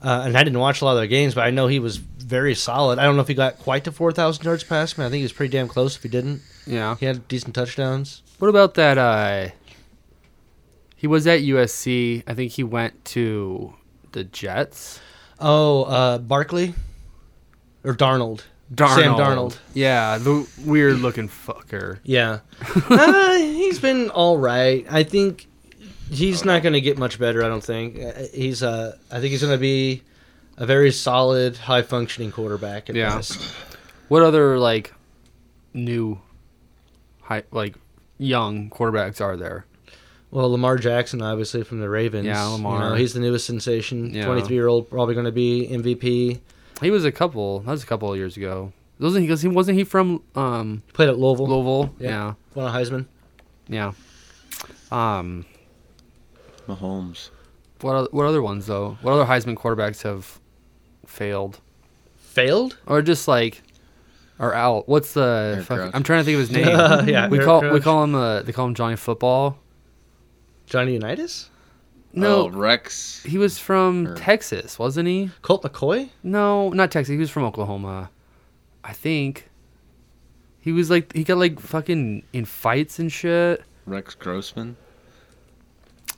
uh, and I didn't watch a lot of their games, but I know he was very solid. I don't know if he got quite to four thousand yards passing. I think he was pretty damn close. If he didn't, Yeah. he had decent touchdowns. What about that? Uh, he was at USC. I think he went to the Jets. Oh, uh, Barkley or Darnold. Sam Darnold. Yeah, the weird looking fucker. Yeah, uh, he's been all right. I think he's not going to get much better, I don't think. Uh, He's uh, I think he's going to be a very solid, high functioning quarterback. At Yeah. best. What other like new, high like young quarterbacks are there? Well, Lamar Jackson, obviously from the Ravens. Yeah, You Lamar. know, he's the newest sensation. Yeah. Twenty three year old, probably going to be MVP. He was a couple. That was a couple of years ago. Wasn't he? 'cause he- Wasn't he from um, Played at Louisville, Louisville? Yeah. won a Heisman. Yeah, yeah. Um, Mahomes. what other, what other ones though? What other Heisman quarterbacks have failed Failed. or just like are out? What's the? Eric Fuck, Crouch. I'm trying to think of his name. Yeah, we Eric call we Crouch. call him uh, they call him Johnny Football. Johnny Unitas, No, Oh, Rex. he was from Or- Texas, wasn't he? Colt McCoy. No, not Texas. He was from Oklahoma, I think. He was like he got like fucking in fights and shit. Rex Grossman.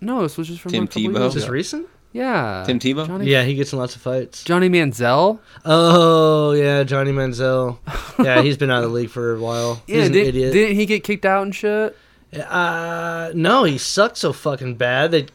No, this was just from Tim a couple Tebow? years Is this ago. recent? Yeah, Tim Tebow? Johnny, Yeah, he gets in lots of fights. Johnny Manziel. Oh yeah, Johnny Manziel. Yeah, he's been out of the league for a while. Yeah, he's an did, idiot. didn't he get kicked out and shit? Uh, no, he sucked so fucking bad that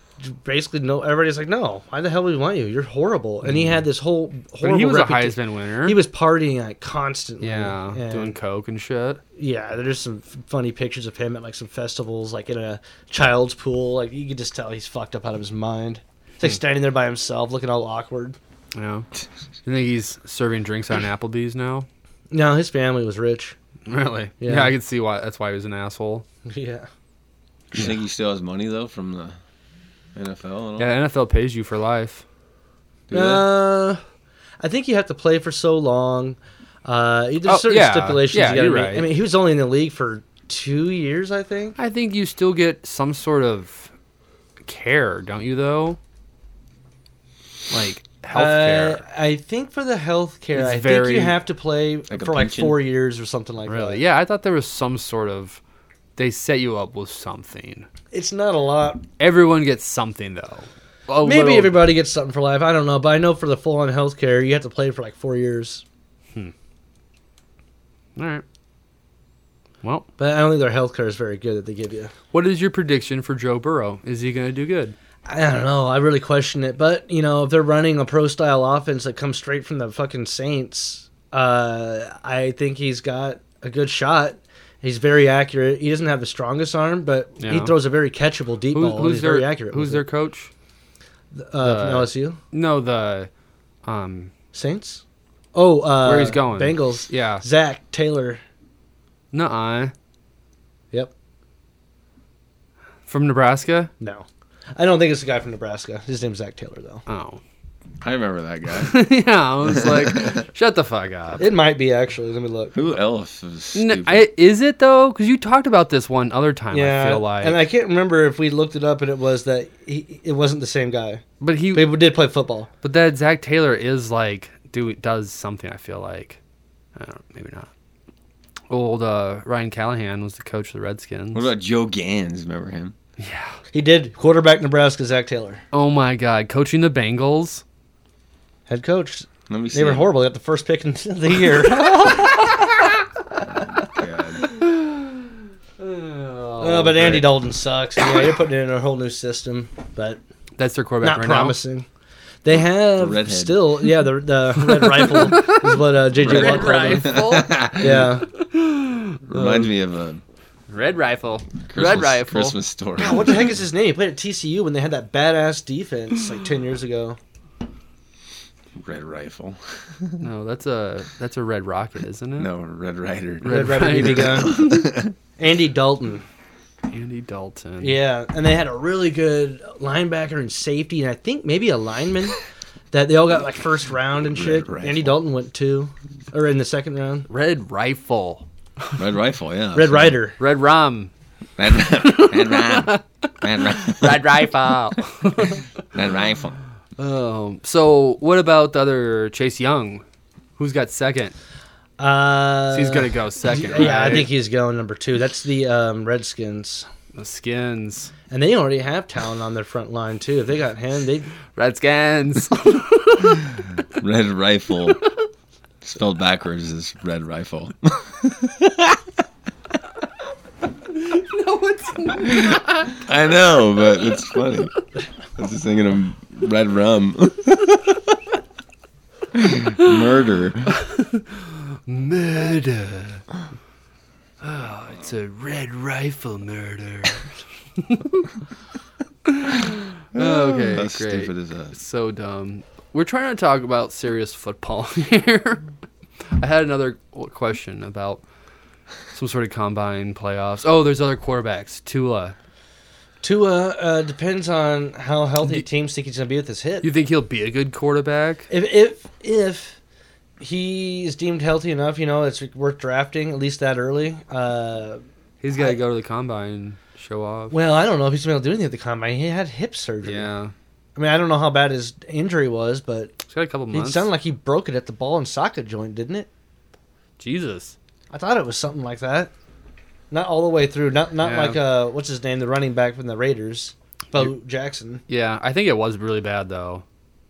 basically no everybody's like, no, why the hell would we want you? You're horrible. And he had this whole But horrible. Mm-hmm. he was reputa- a Heisman winner. He was partying like constantly. yeah, and- doing coke and shit. yeah. There's some f- funny pictures of him at like some festivals, like in a child's pool. Like you can just tell he's fucked up out of his mind. He's Hmm. like standing there by himself, looking all awkward. You know, you think he's serving drinks on Applebee's now? No, his family was rich. Really? Yeah. Yeah. I can see why. That's why he was an asshole. Yeah. You think he still has money though from the NFL and all? Yeah, the NFL pays you for life. Do they? Uh, I think you have to play for so long. Uh, you- there's Oh, certain yeah. stipulations. Yeah, you gotta you're meet. right. I mean, he was only in the league for two years, I think. I think you still get some sort of care, don't you? Though, like health Uh, care. I think for the health care, It's I think very- you have to play Like a for like pension? four years or something like that. Really? Yeah, I thought there was some sort of. They set you up with something. It's not a lot. Everyone gets something though. A Maybe little- everybody gets something for life. I don't know, but I know for the full on health care, you have to play for like four years. All right. Well, But I don't think their health care is very good that they give you. what is your prediction for Joe Burrow? Is he going to do good? I don't know. I really question it. But you know, if they're running a pro style offense that comes straight from the fucking Saints, uh, I think he's got a good shot. He's very accurate. He doesn't have the strongest arm, but he Yeah. throws a very catchable deep Who, ball. and who's he's their very accurate. Who's with their it. coach? uh, uh, from LSU No, the um Saints? Oh, uh, Where he's going. Bengals. yeah. Zach Taylor. Nuh-uh. Yep. From Nebraska? No, I don't think it's the guy from Nebraska. His name's Zach Taylor, though. Oh. I remember that guy. yeah, I was like, shut the fuck up. It might be actually. Let me look. Who else is N- stupid? I, is it though? Because you talked about this one other time. I feel like, and I can't remember if we looked it up, and it was that he, it wasn't the same guy. but he, They did play football. but that Zach Taylor is like, do does something. I feel like, I don't, maybe not. Old uh, Ryan Callahan was the coach of the Redskins. what about Joe Gans? Remember him? yeah. He did quarterback Nebraska Zach Taylor, Oh my God, coaching the Bengals. head coach. Let me see. They were horrible. They got the first pick in the year. God. oh, but Andy Dalton sucks. Yeah, you're putting in a whole new system, but That's their quarterback not right promising. They have redhead. still, yeah, the the red rifle is what uh, JJ now. Watt Red called him. rifle. Yeah, Reminds me of a Red rifle. Christmas, Red rifle. Christmas story. God, what the heck is his name? He played at TCU when they had that badass defense like ten years ago. Red rifle. No, that's a that's a red rocket, isn't it? No, Red Rider. Red Red Rabbit Ryder. BB gun. Andy Dalton. Andy Dalton. Yeah, and they had a really good linebacker and safety, and I think maybe a lineman that they all got like first round and shit. Red Andy Rifle. Dalton went two, or in the second round. Red rifle. Red rifle. Yeah. Red Rider. Red rum. Red Red Ram. Red Ram. Red rifle. Red rifle. uh. um, so what about the other Chase Young? Who's got second? Uh, he's gonna go second. Yeah, I right? think he's going number two. That's the um, Redskins, the skins. and they already have talent on their front line too. If they got him, they Redskins. Red rifle. Spelled backwards is red rifle. no, it's I know, but it's funny. I was just thinking of red rum. Murder. Murder. Oh, it's a red rifle murder. okay, That's great. stupid as us. So dumb. We're trying to talk about serious football here. I had another question about some sort of combine playoffs. Oh, there's other quarterbacks. Tua. Tua uh, depends on how healthy teams think he's going to be with his hip. You think he'll be a good quarterback? If if if he is deemed healthy enough, you know it's worth drafting at least that early. Uh, He's got to go to the combine, show off. well, I don't know if he's going to be able to do anything at the combine. He had hip surgery. Yeah. I mean, I don't know how bad his injury was, but He's got a couple it months. sounded like he broke it at the ball and socket joint, didn't it? Jesus. I thought it was something like that. Not all the way through. Not not Yeah. like uh, what's his name, the running back from the Raiders, Bo Jackson. Yeah, I think it was really bad though.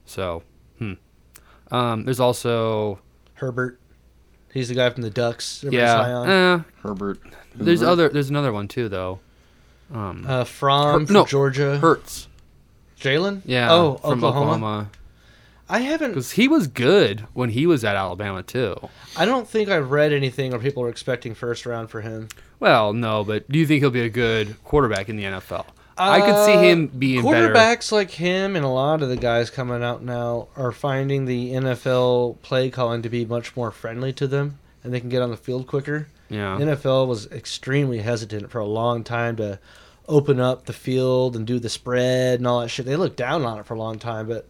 So, hmm. Um, there's also Herbert. He's the guy from the Ducks. Everybody's high on. yeah. eh, Herbert. there's Hoover? other there's another one too though. Um, Uh, Fromm Her- from no, Georgia. Hurts. Jalen? Yeah. Uh, Oh, from Oklahoma. Oklahoma. I haven't. Because he was good when he was at Alabama too. I don't think I've read anything where people are expecting first round for him. Well, no, but do you think he'll be a good quarterback in the NFL? I could see Uh, him being better. Quarterbacks like him and a lot of the guys coming out now are finding the NFL play calling to be much more friendly to them, and they can get on the field quicker. Yeah. NFL was extremely hesitant for a long time to open up the field and do the spread and all that shit. They looked down on it for a long time, but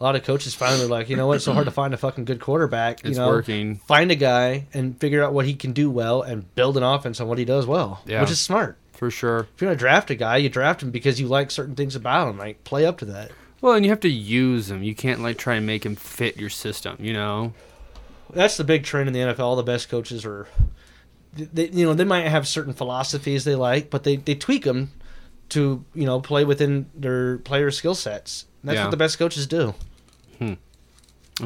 a lot of coaches finally were like, you know what? It's so hard to find a fucking good quarterback. You It's know, working. find a guy and figure out what he can do well and build an offense on what he does well, Yeah. which is smart. for sure. If you're gonna draft a guy, you draft him because you like certain things about him. Like play up to that. Well, and you have to use him. You can't like try and make him fit your system. You know. That's the big trend in the NFL. All the best coaches are, they, you know, they might have certain philosophies they like, but they, they tweak them to you know play within their player skill sets. And that's Yeah. what the best coaches do And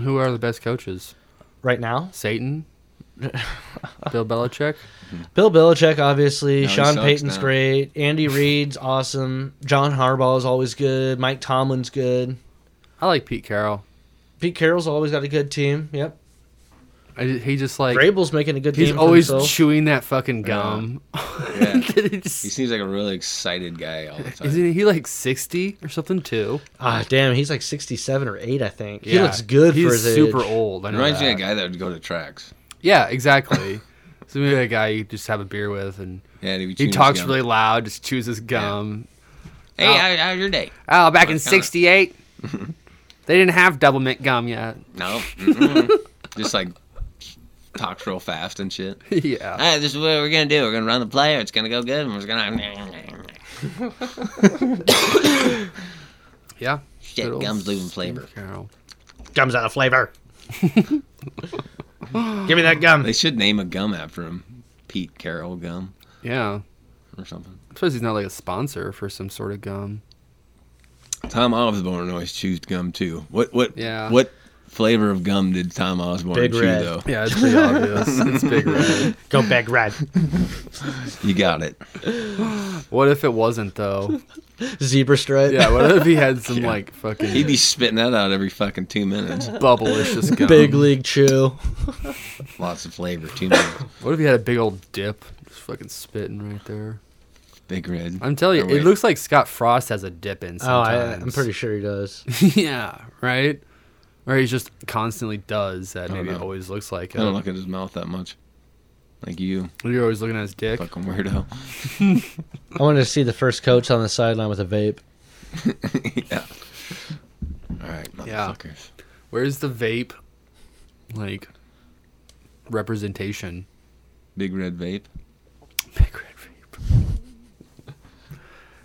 who are the best coaches? right now. Satan, Bill Belichick. Bill Belichick, obviously. No, he Sean sucks Payton's now. great. Andy Reid's awesome. John Harbaugh is always good. Mike Tomlin's good. I like Pete Carroll. Pete Carroll's always got a good team. Yep. I, ju- he just like Vrabel's making a good he's team. for always himself. chewing that fucking gum. Yeah. He just- He seems like a really excited guy all the time. Isn't he like sixty or something too? Ah, damn, he's like sixty-seven or eight, I think. He looks good He's for his super age. old. I know Reminds me that. of a guy that would go to tracks. Yeah, exactly. so maybe a guy you just have a beer with, and Yeah, and he'd be he chewing his talks gum. really loud, just chews his gum. Hey, how, how's your day? Oh, back in Kinda. '68, they didn't have double mint gum yet. No, Mm-mm. just like talks real fast and shit. yeah, All right, this is what we're gonna do. We're gonna run the play, or it's gonna go good, and we're just gonna yeah. Good shit old gums losing Steve flavor. Carroll. Gum's out of flavor. Give me that gum. They should name a gum after him, Pete Carroll Gum Yeah, or something. I suppose he's not like a sponsor for some sort of gum. Tom Osborne always chews gum too. What what Yeah. what flavor of gum did Tom Osborne Big chew Red. though? Yeah, it's pretty obvious. It's big red. Go big red. You got it. What if it wasn't though? Zebra stripe. Yeah, what if he had some like fucking He'd be spitting that out every fucking two minutes. bubblicious gum? Big league chew. Lots of flavor, two minutes. What if he had a big old dip? Just fucking spitting right there. Big Red. I'm telling you, Or it wait. looks like Scott Frost has a dip in Oh, I, sometimes. I'm pretty sure he does. yeah, right? Or he just constantly does that. Maybe know. always looks like I don't it. look at his mouth that much. Like you, You're always looking at his dick. fucking weirdo. I wanted to see the first coach on the sideline with a vape. yeah. All right, Yeah. motherfuckers. Where's the vape, like, representation? Big Red Vape. Big red vape.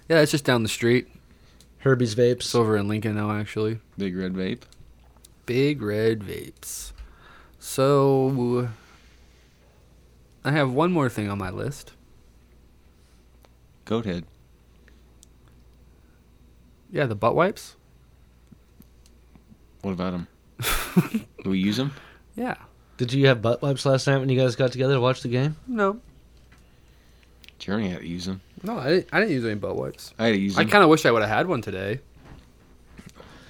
yeah, it's just down the street. Herbie's vapes. It's over in Lincoln now, actually. Big Red Vape. Big Red Vapes. So, I have one more thing on my list. Goathead. Yeah, the butt wipes. What about him? Do we use him? Yeah. Did you have butt wipes last night when you guys got together to watch the game? No. Jeremy had to use him. No, I didn't, I didn't use any butt wipes. I had to use I them kind of wish I would have had one today.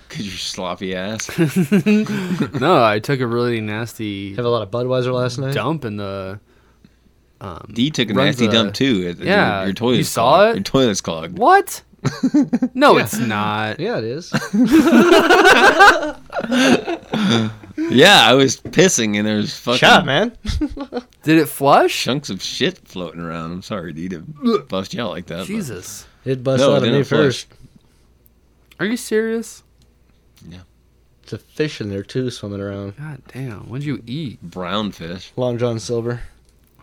because you're sloppy ass. no, I took a really nasty Have a lot of Budweiser last night. dump in the. um, D took a Runs nasty the- dump too. It- Yeah, your, your toilet's you saw clogged. it? Your toilet's clogged. What? No, it's not. Yeah, it is. Yeah, I was pissing and there's fucking Shut up, man. Did it flush? chunks of shit floating around. I'm sorry, D, to bust you out like that. but- Jesus. It busts No, out they of me don't flush. first. Are you serious? It's a fish in there too, swimming around. God damn. What'd you eat? brown fish. Long John Silver.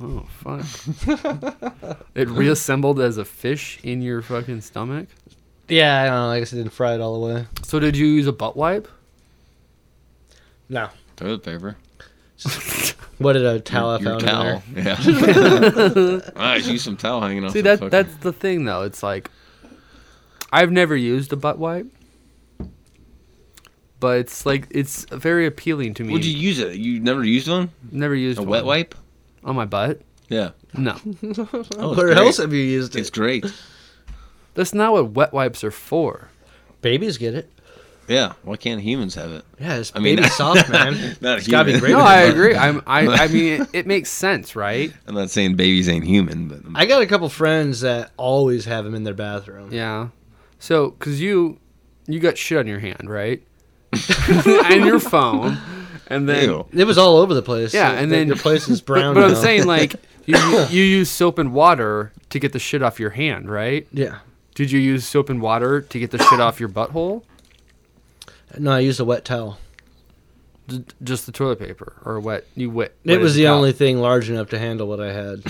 Oh, fuck. it reassembled as a fish in your fucking stomach? Yeah, I don't know. I guess it didn't fry it all the way. So, did you use a butt wipe? No. Toilet paper. What did a towel I Your found in towel. there? Yeah. I just used some towel hanging off See the that fucking- that's the thing though. It's like I've never used a butt wipe, but it's like it's very appealing to me. Would you use it? You never used one? never used A wet one. wipe? on my butt? Yeah. No, Oh, Where it's else great. have you used it? It's great. that's not what wet wipes are for. Babies get it. Yeah. Why can't humans have it? Yeah, it's mean- baby soft, man. Not It's gotta be human. great. No, I agree. I'm, I I mean it, it makes sense, right? I'm not saying babies ain't human, but I got a couple friends that always have them in their bathroom. Yeah. So, cause you you got shit on your hand, right? and your phone, and then Ew. It was all over the place. Yeah, and The- then- your place is brown. But, but I'm now. saying like you you use soap and water to get the shit off your hand, right? yeah. Did you use soap and water to get the shit off your butthole? No, I used a wet towel. J- just the toilet paper or what? You wet. It wetted was the towel. only thing large enough to handle what I had.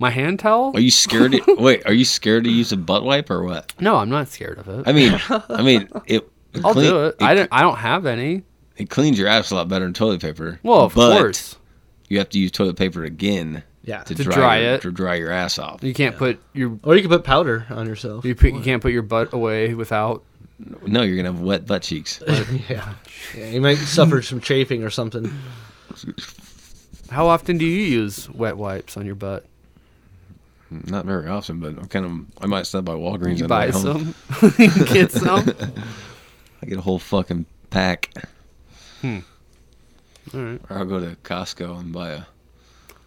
My hand towel? Are you scared? To, wait, are you scared to use a butt wipe or what? No, I'm not scared of it. I mean, I mean, it. it I'll clean- do it. I don't. I don't have any. It cleans your ass a lot better than toilet paper. Well, of but course. You have to use toilet paper again Yeah. to, To dry, dry your, it. to dry your ass off. You can't put your Or you could put powder on yourself. you, put, you can't put your butt away without. No, you're gonna have wet butt cheeks. yeah. yeah. You might suffer some chafing or something. How often do you use wet wipes on your butt? Not very often, but I'm kind of. I might stop by Walgreens. You on the buy way home. some, get some. I get a whole fucking pack. All right. Or I'll go to Costco and buy a.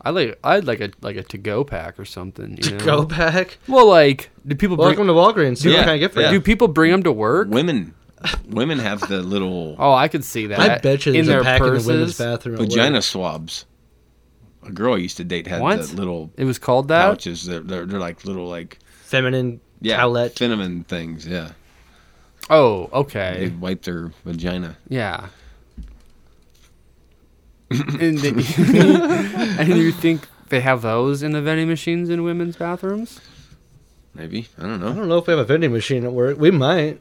I like I'd like a like a to go pack or something. You know? Go back. Well, like do people bring Welcome to Walgreens. See Yeah, what kind of gift for yeah. you. do people bring them to work? Women, women have the little Oh, I could see that. I bet you in there's their a pack purses. in the women's bathroom. at work. vagina swabs. A girl I used to date had What? the little It was called that. pouches. They're, they're they're like little like Feminine yeah towelette. cinnamon things. Yeah, Oh, they okay. wipe their vagina. Yeah. and, they, and you think they have those in the vending machines in women's bathrooms? Maybe I don't I know. don't know if we have a vending machine at work. We might.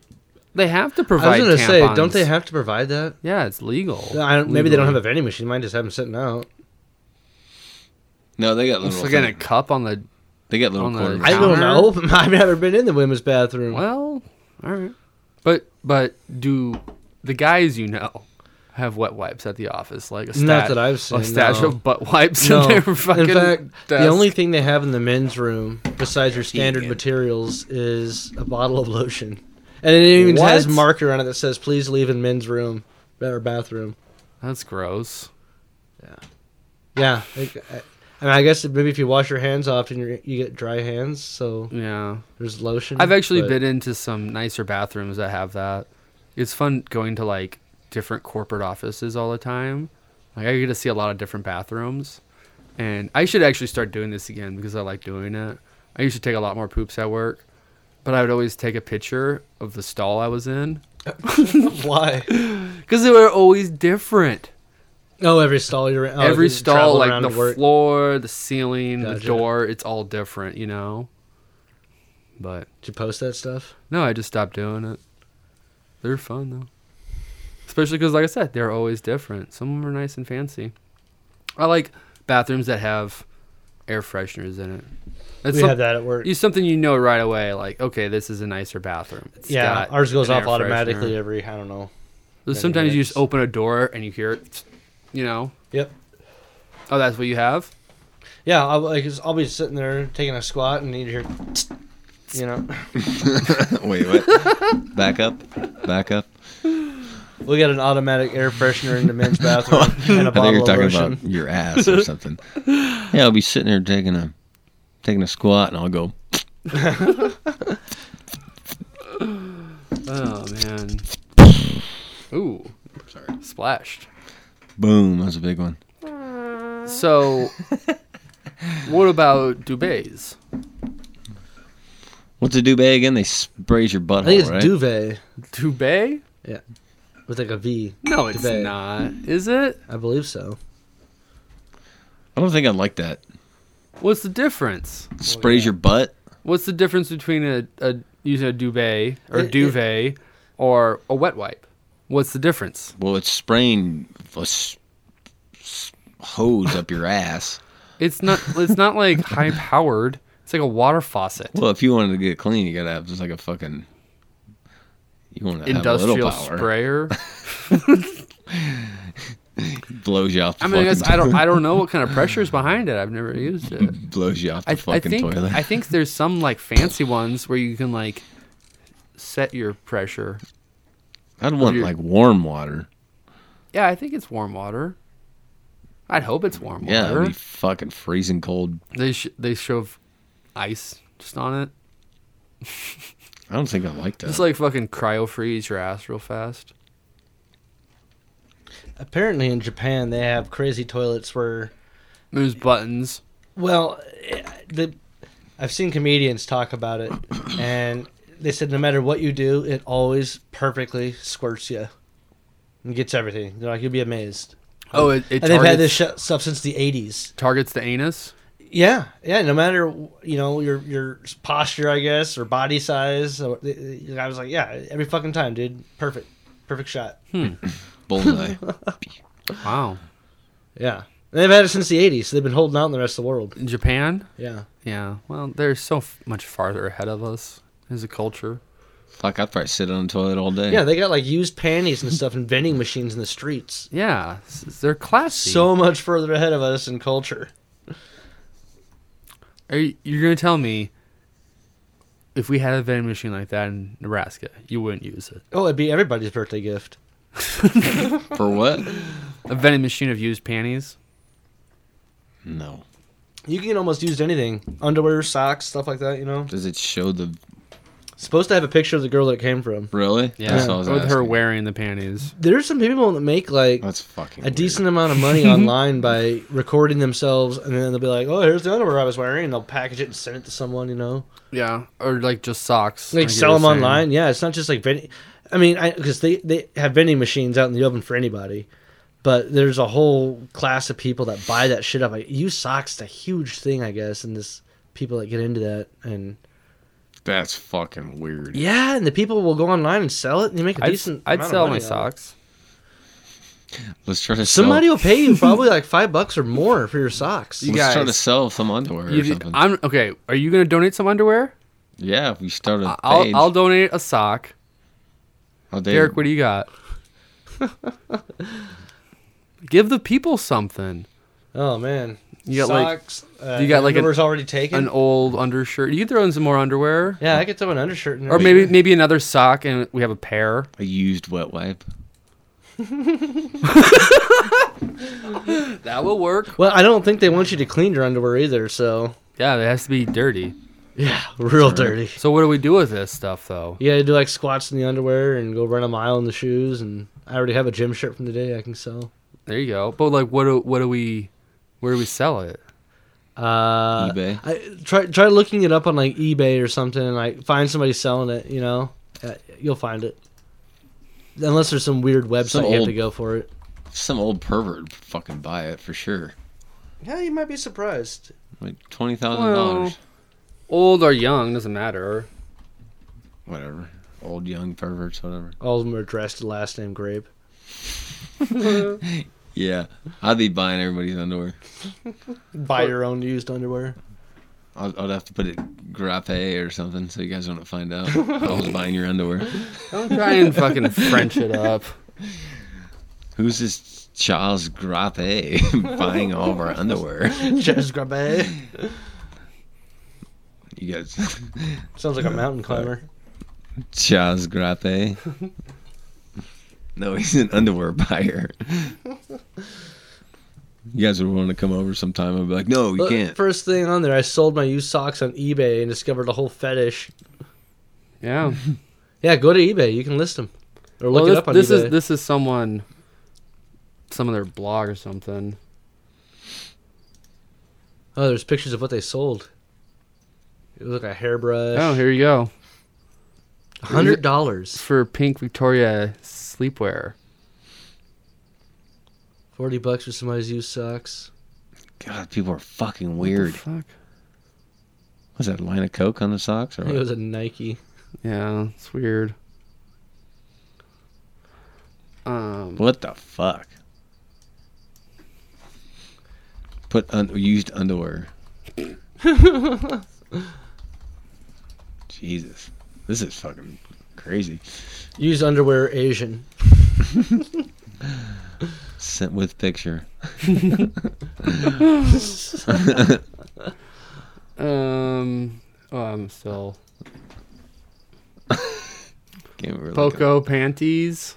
They have to provide. I was gonna say, tampons. don't they have to provide that? Yeah, it's legal. I don't, maybe they don't have a Legally. vending machine. Might just have them sitting out. No, they got It's little. like in a thing- cup on the. They got little on the- quarter. I Counter? don't know. I've never been in the women's bathroom. Well, all right. But but do the guys you know have wet wipes at the office? Like a stash, Not that I've a seen, stash no. of butt wipes No. in their fucking. in fact, the desk? only thing they have in the men's room besides your standard Vegan. materials is a bottle of lotion, and it even What? has marker on it that says "Please leave in men's room uh, or bathroom." That's gross. Yeah, like, I, I mean, I guess maybe if you wash your hands often, you you get dry hands, so Yeah. there's lotion. I've actually Mm-hmm. but- been into some nicer bathrooms that have that. It's fun going to like different corporate offices all the time. Like I get to see a lot of different bathrooms. And I should actually start doing this again because I like doing it. I used to take a lot more poops at work, but I would always take a picture of the stall I was in Why? because they were always different. Oh, every stall you're in. Oh, Every you travel stall, like around the to work. floor, the ceiling, the Gotcha. door, it's all different, you know? But Did you post that stuff? No, I just stopped doing it. They're fun though, especially because, like I said, they're always different. Some of them are nice and fancy. I like bathrooms that have air fresheners in it. It's we some- have that at work. you- something you know right away. Like, okay, this is a nicer bathroom. It's yeah, got ours goes an off air automatically freshener. every I don't know. So many Sometimes you minutes. just open a door and you hear it. You know, Yep. oh, that's what you have. Yeah, I'll, like, I'll be sitting there taking a squat and you hear, you know. Wait, what? Back up, back up. We got an automatic air freshener in the men's bathroom and a I think bottle you're of talking lotion. about your ass or something. Yeah, I'll be sitting there taking a taking a squat, and I'll go. Oh man. Ooh. Sorry. Splashed. Boom! That's a big one. So, what about Dubé's? What's a duvet again? They sprays your butthole, I think it's right? duvet Dubé? with like a V. No, it's Duvet. not. Is it? I believe so. I don't think I'd like that. What's the difference? Sprays your butt. What's the difference between a, a using a duvet or It- it- duvet or a wet wipe? What's the difference? Well, it's spraying a s- s- hose up your ass. It's not. It's not like high powered. It's like a water faucet. Well, if you wanted to get clean, you gotta have just like a fucking. You want to have a little Industrial power. sprayer. Blows you off the I mean, I fucking guess I don't. toilet. I don't know what kind of pressure's behind it. I've never used it. Blows you off the I, fucking I think toilet. I think there's some like fancy ones where you can like set your pressure. I'd want your- like warm water. Yeah, I think it's warm water. I'd hope it's warm Yeah, water. it'd be fucking freezing cold. They sh- they shove ice just on it. I don't think I like that. Just like fucking cryo freeze your ass real fast. Apparently in Japan they have crazy toilets where There's buttons. Well, eh, the, I've seen comedians talk about it, and they said no matter what you do, it always perfectly squirts you and gets everything. They're like, you'll be amazed. Oh, it, it and they've targets, had this sh- stuff since the 80s. targets the anus. Yeah, yeah. No matter you know your your posture, I guess, or body size. Or, I was like, yeah, every fucking time, dude. Perfect, perfect shot. Bullseye. Wow. Yeah, and they've had it since the 80s. So they've been holding out in the rest of the world. In Japan? Yeah. Yeah. Well, they're so f- much farther ahead of us as a culture. Fuck, I'd probably sit on the toilet all day. Yeah, they got like used panties and stuff and vending machines in the streets. Yeah, s- they're classy. so much further ahead of us in culture. Are you, you're gonna tell me if we had a vending machine like that in Nebraska, you wouldn't use it? Oh, it'd be everybody's birthday gift. For what? A vending machine of used panties? No. You can almost use anything underwear, socks, stuff like that, you know? Does it show the Supposed to have a picture of the girl that it came from. really? That's what I was with her asking. wearing the panties. There's some people that make like That's fucking. a decent amount of money online by recording themselves, and then they'll be like, oh, here's the underwear I was wearing, and they'll package it and send it to someone, you know? Yeah, or like just socks. Like you sell were them saying. online. Yeah, it's not just like vending. I mean, because they, they have vending machines out in the open for anybody. But there's a whole class of people that buy that shit up. Like, use socks is a huge thing, I guess, and this people that get into that and That's fucking weird. yeah, and the people will go online and sell it, and you make a I'd, decent. I'd amount of sell money my on it. socks. Let's try to sell. Somebody will pay you probably like five bucks or more for your socks. You Let's try to guys- sell some underwear or You- something. I'm okay. Are you gonna donate some underwear? yeah, if we start a page. I'll, I'll donate a sock. I'll Derek, what do you got? Give the people something. Oh man, You got, like- socks. uh, you got, like, an- underwear's already taken. An old undershirt. You can throw in some more underwear, yeah, I could throw an undershirt in there. or maybe maybe another sock, and we have a pair. a used wet wipe. That will work. Well, I don't think they want you to clean your underwear either. So Yeah, it has to be dirty. yeah, real dirty. So what do we do with this stuff though? You gotta do like squats in the underwear and go run a mile in the shoes. And I already have a gym shirt from the day I can sell. There you go. But like, what do what do we, where do we sell it? Uh, eBay. I try try looking it up on like eBay or something, and like find somebody selling it. You know, Uh, you'll find it. Unless there's some weird website Some you have old- to go for it. Some old pervert would fucking buy it for sure. Yeah, you might be surprised. Like twenty thousand Well- dollars. Old or young doesn't matter. Whatever. Old young perverts, whatever. All of them are dressed in last name Grape. Yeah, I'd be buying everybody's underwear. Buy your own used underwear. I'd, I'd have to put it grappe or something so you guys don't find out I was buying your underwear. Don't try and fucking French it up. Who's this Charles Grappe buying all of our underwear? Just grab it. You guys, Sounds like a mountain climber. Charles Grappe. No, he's an underwear buyer. You guys would want to come over sometime and be like, no, you Look, can't. First thing on there, I sold my used socks on eBay and discovered a whole fetish. Yeah. Yeah, go to eBay. You can list them or look Well, it this, up on this eBay. is this is someone, some of their blog or something. Oh, there's pictures of what they sold. It was like a hairbrush. Oh, here you go hundred dollars, for Pink Victoria sleepwear. forty bucks for somebody's used socks. God, people are fucking What the weird. fuck? Was that a line of coke on the socks? Or I think it was a Nike. Yeah, it's weird. Um, What the fuck? Put un- used underwear. Jesus, this is fucking crazy. Used underwear, Asian. Sent with picture. um, oh, I'm still Can't really Poco panties.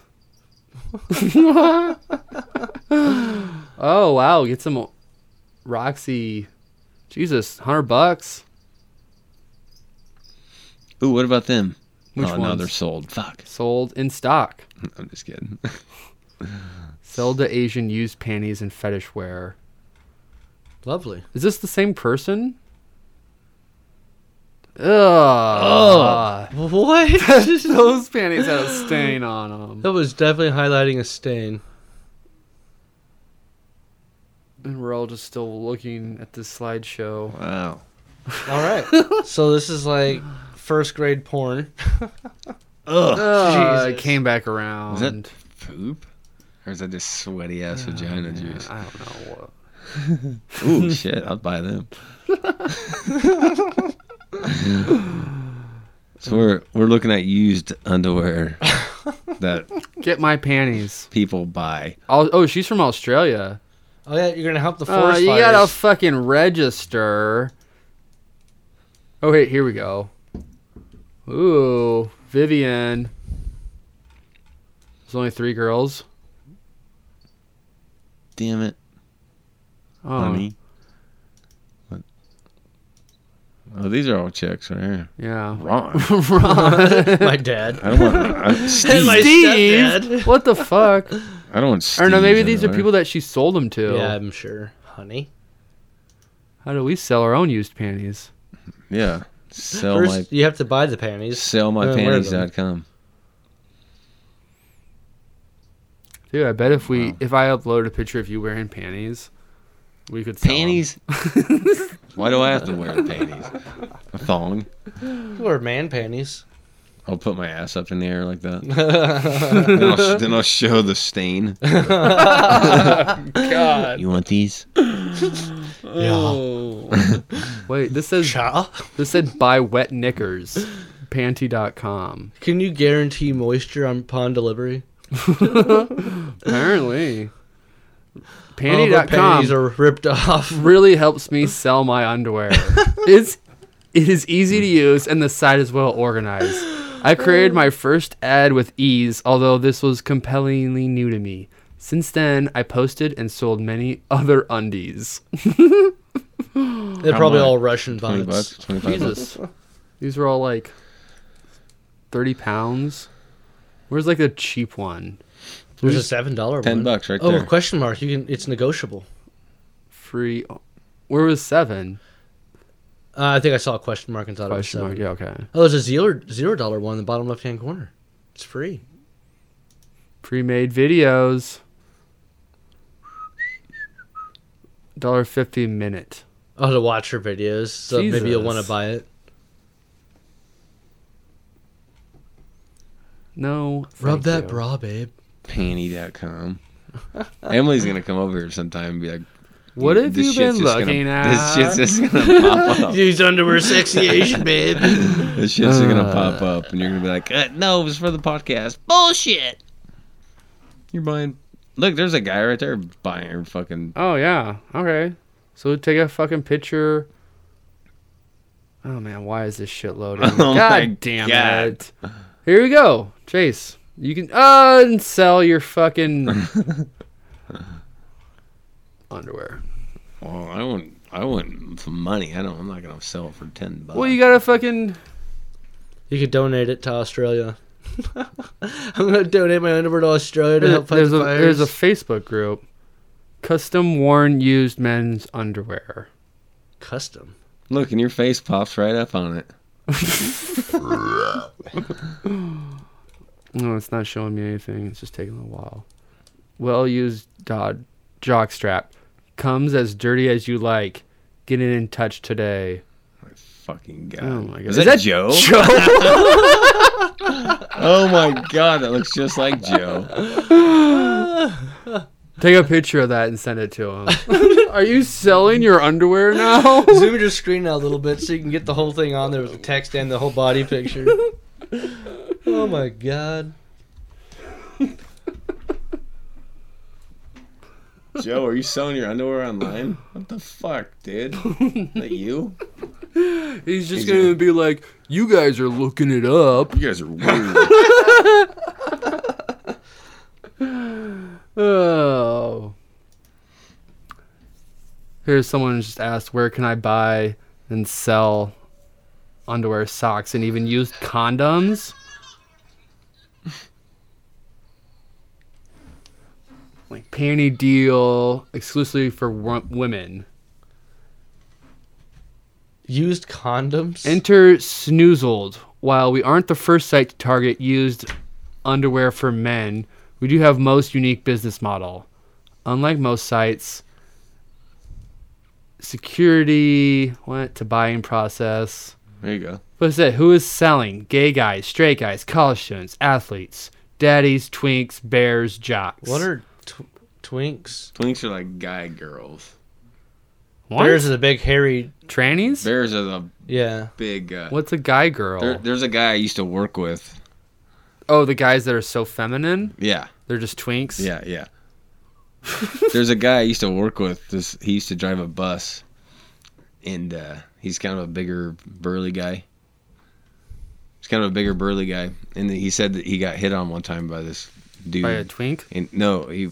oh wow, get some Roxy. Jesus, hundred bucks. Ooh, what about them? Which oh, no, ones? they're sold. Fuck. Sold in stock. I'm just kidding. Sell to Asian used panties and fetish wear. Lovely. Is this the same person? Ugh. What? that Those panties had a stain on them. was definitely highlighting a stain. And we're all just still looking at this slideshow. Wow. All right. so this is like first grade porn. Ugh. Ugh, it Jesus. came back around. Is that poop? Or is that just sweaty ass vagina Oh, Yeah, juice? I don't know. what- Ooh, shit, I'll buy them. so we're we're looking at used underwear that Get my panties. people buy. I'll, oh, she's from Australia. Oh yeah, you're gonna help the Uh, forest you fires. gotta fucking register. Oh wait, here we go. Ooh, Vivian. There's only three girls. Damn it, Oh, honey. What? Oh, these are all chicks right here. yeah. Wrong. Ron. my dad. I don't want. I, Steve. My Steve, stepdad. what the fuck? I don't want. Steve or no, maybe these are people that she sold them to. Yeah, I'm sure, honey. How do we sell our own used panties? Yeah. Sell my First, you have to buy the panties. sell my and wear them. panties.com. Dude, I bet if we Wow. if I upload a picture of you wearing panties, we could sell 'em. Panties. Why do I have to wear panties? A thong. You wear man panties. I'll put my ass up in the air like that. then, I'll, then I'll show the stain. God. You want these? Oh. Wait, this says this said buy wet knickers. Panty.com. Can you guarantee moisture on upon delivery? Apparently. All of our Panty.com panties are ripped off. really helps me sell my underwear. it's it is easy to use and the site is well organized. I created my first ad with ease, although this was compellingly new to me. Since then, I posted and sold many other undies. They're How probably much? all Russian Twenty bots. bucks. Twenty-five bucks. Jesus. These were all like 30 pounds. Where's like a cheap one? There's a seven dollar Ten one. bucks right oh, there. question mark. You can. It's negotiable. Free. Where was seven? Uh, I think I saw a question mark and thought Question it was mark. seven. Yeah, okay. Oh, there's a zero zero dollar one in the bottom left hand corner. It's free. Pre made videos. $1.50 a minute. Oh, to watch her videos. So maybe you'll want Jesus. to buy it. No. thank Rub that you. bra, babe. Panty.com. Emily's gonna come over here sometime and be like, What have this you shit's been just gonna- looking at? This shit's just gonna pop up. These underwear, sexy Asian babe. This shit's gonna "Uh, pop up, and you're gonna be like, uh, "No, it was for the podcast." Bullshit. You're buying Look, there's a guy right there buying her fucking. Oh yeah. Okay. So take a fucking picture. Oh man, why is this shit loading? Oh, my God damn God. it. Here we go. Chase. You can unsell your fucking underwear. Well, I wouldn't. I wouldn't for money. I don't. I'm not gonna sell it for ten bucks. Well, you gotta fucking You could donate it to Australia. I'm gonna donate my underwear to Australia to help fight there's the a fires. there's a Facebook group, custom worn used men's underwear. custom. Look, and your face pops right up on it. No, it's not showing me anything. It's just taking a while. Well used Dodd jockstrap comes as dirty as you like. Get it in touch today. Fucking god. Oh my god, Is, that, Joe? Joe? Oh my god, that looks just like Joe. Take a picture of that and send it to him. Are you selling your underwear now? Zoom your screen out a little bit so you can get the whole thing on there with the text and the whole body picture. oh my god. Joe, are you selling your underwear online? What the fuck, dude? Is that you? He's just He's gonna gonna- be like, "You guys are looking it up." You guys are weird. Oh. Here's someone who's just asked, "Where can I buy and sell underwear, socks, and even used condoms?" like panty deal exclusively for wo- women. Used condoms? Enter Snoozled. While we aren't the first site to target used underwear for men, we do have most unique business model. Unlike most sites, security what to buying process. There you go. What's it? Who is selling? Gay guys, straight guys, college students, athletes, daddies, twinks, bears, jocks. what are tw- twinks? Twinks are like guy girls. What? Bears are the big hairy. trannies? Bears are the Yeah. big. Uh, What's a guy girl? there, there's a guy I used to work with. oh, the guys that are so feminine? Yeah, They're just twinks? yeah, yeah. there's a guy I used to work with. This he used to drive a bus, and uh, he's kind of a bigger burly guy. He's kind of a bigger burly guy, and he said that he got hit on one time by this dude. By a Oh, twink? And no, he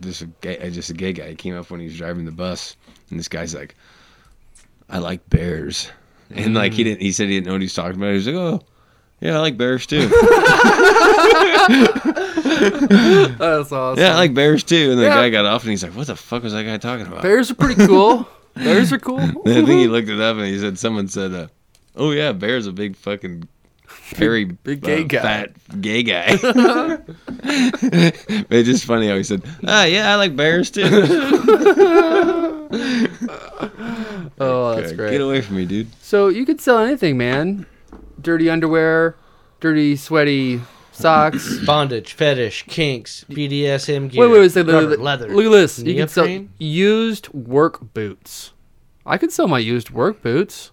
this a gay, uh, just a gay guy. He came up when he was driving the bus, and this guy's like, "I like bears," and like Mm. he didn't. He said he didn't know what he was talking about. He was like, "Oh, yeah, I like bears too. Oh, That's awesome. yeah, I like bears too." And the Yeah. guy got off, and he's like, "What the fuck was that guy talking about?" Bears Mm-hmm. are pretty cool. Bears are cool. And I think he looked it up, and he said, "Someone said, uh, oh yeah, bears a big fucking." Very big gay guy. fat gay guy. but it's just funny how he said, "Ah, yeah, I like bears too." Oh, that's Get great. away from me, dude. So you could sell anything, man. Dirty underwear, dirty sweaty socks. Bondage, fetish, kinks, BDSM gear. wait, wait, wait. Say, look, rubber, look, leather. look at this. You could sell neoprene. used work boots. I could sell my used work boots.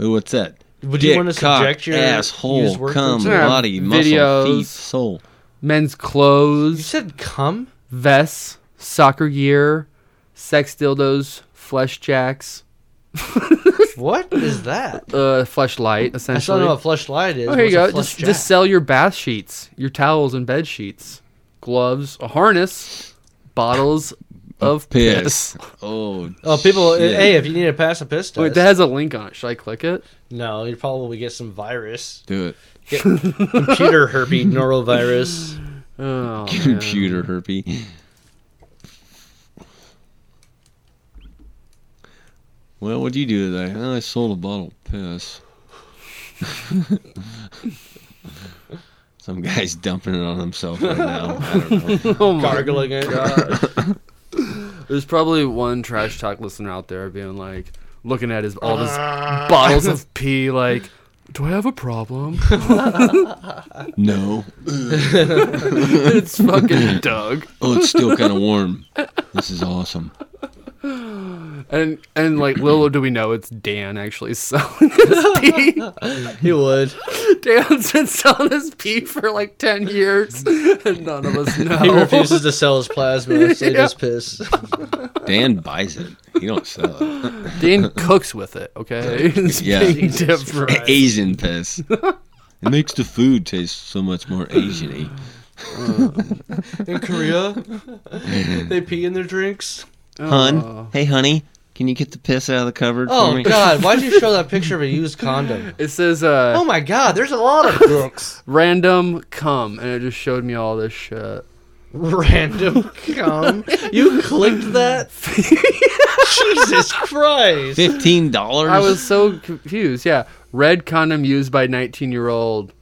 Ooh, what's that? Would Dick, you want to cock, subject your used asshole, work cum, boots? Yeah. body, Videos. muscle, feet, soul. Men's You clothes, said cum? vests, soccer gear, sex dildos, flesh jacks, What is that? uh, flesh light, I still essentially. know what fleshlight is. Oh, here you What's go. a flush Just, jack? just sell your bath sheets, your towels and bed sheets, gloves, a harness, bottles of piss. Piss. Oh, Oh, people! shit. Hey, if you need to pass a piss test, Wait, that has a link on it. Should I click it? no, you'd probably get some virus, do it. computer herpy norovirus. Oh, man. Computer herpy. Well, what'd you do today? "Oh, I sold a bottle of piss. Some guy's dumping it on himself right now. I don't know. Oh my Gargling it. There's probably one trash talk listener out there being like, looking at his all his Ah. bottles of pee, like, do I have a problem? No. it's fucking Doug. Oh, it's still kind of warm. This is awesome. And and like little do we know it's Dan actually selling this pee. He would. Dan's been selling his pee for like ten years, and none of us know. He refuses to sell his plasma. So he Oh. Yeah. just piss. Dan buys it. He don't sell it. Dan cooks with it. Okay, it's Yeah. being different. Asian piss. It makes the food taste so much more Asian-y. In Korea, they pee in their drinks. Hun, Oh. hey honey, can you get the piss out of the cupboard for Oh me? God! Why'd you show that picture of a used condom? It says uh, Oh my God! There's a lot of drinks. random cum, and it just showed me all this shit. Random cum. You clicked that? Jesus Christ! Fifteen dollars. I was so confused. Yeah, red condom used by 19 year old.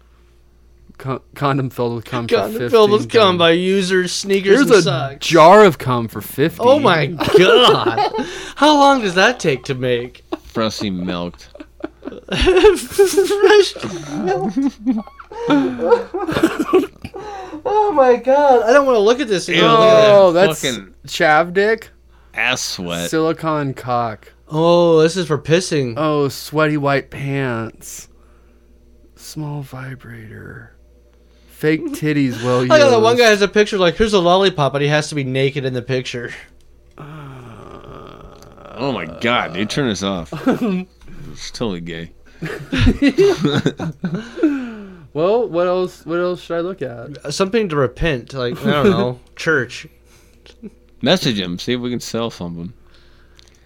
Con- condom filled with cum. for Condom filled with 15 cum by users, sneakers, Here's and a socks. jar of cum for 50. Oh my God! How long does that take to make? frosty milked. Oh Fresh milk. oh my god! I don't want to look at this. anymore. Look at that. Oh, that's fucking- chav dick, Ass sweat. silicon cock. Oh, this is for pissing. Oh, sweaty white pants, small vibrator, fake titties. Well used. I know Oh, that one guy has a picture like here's a lollipop, but he has to be naked in the picture. Uh, oh my god, dude, turn this off. it's totally gay. Well, what else? What else should I look at? Something to repent, like I don't know, church, Message him. See if we can sell some of them.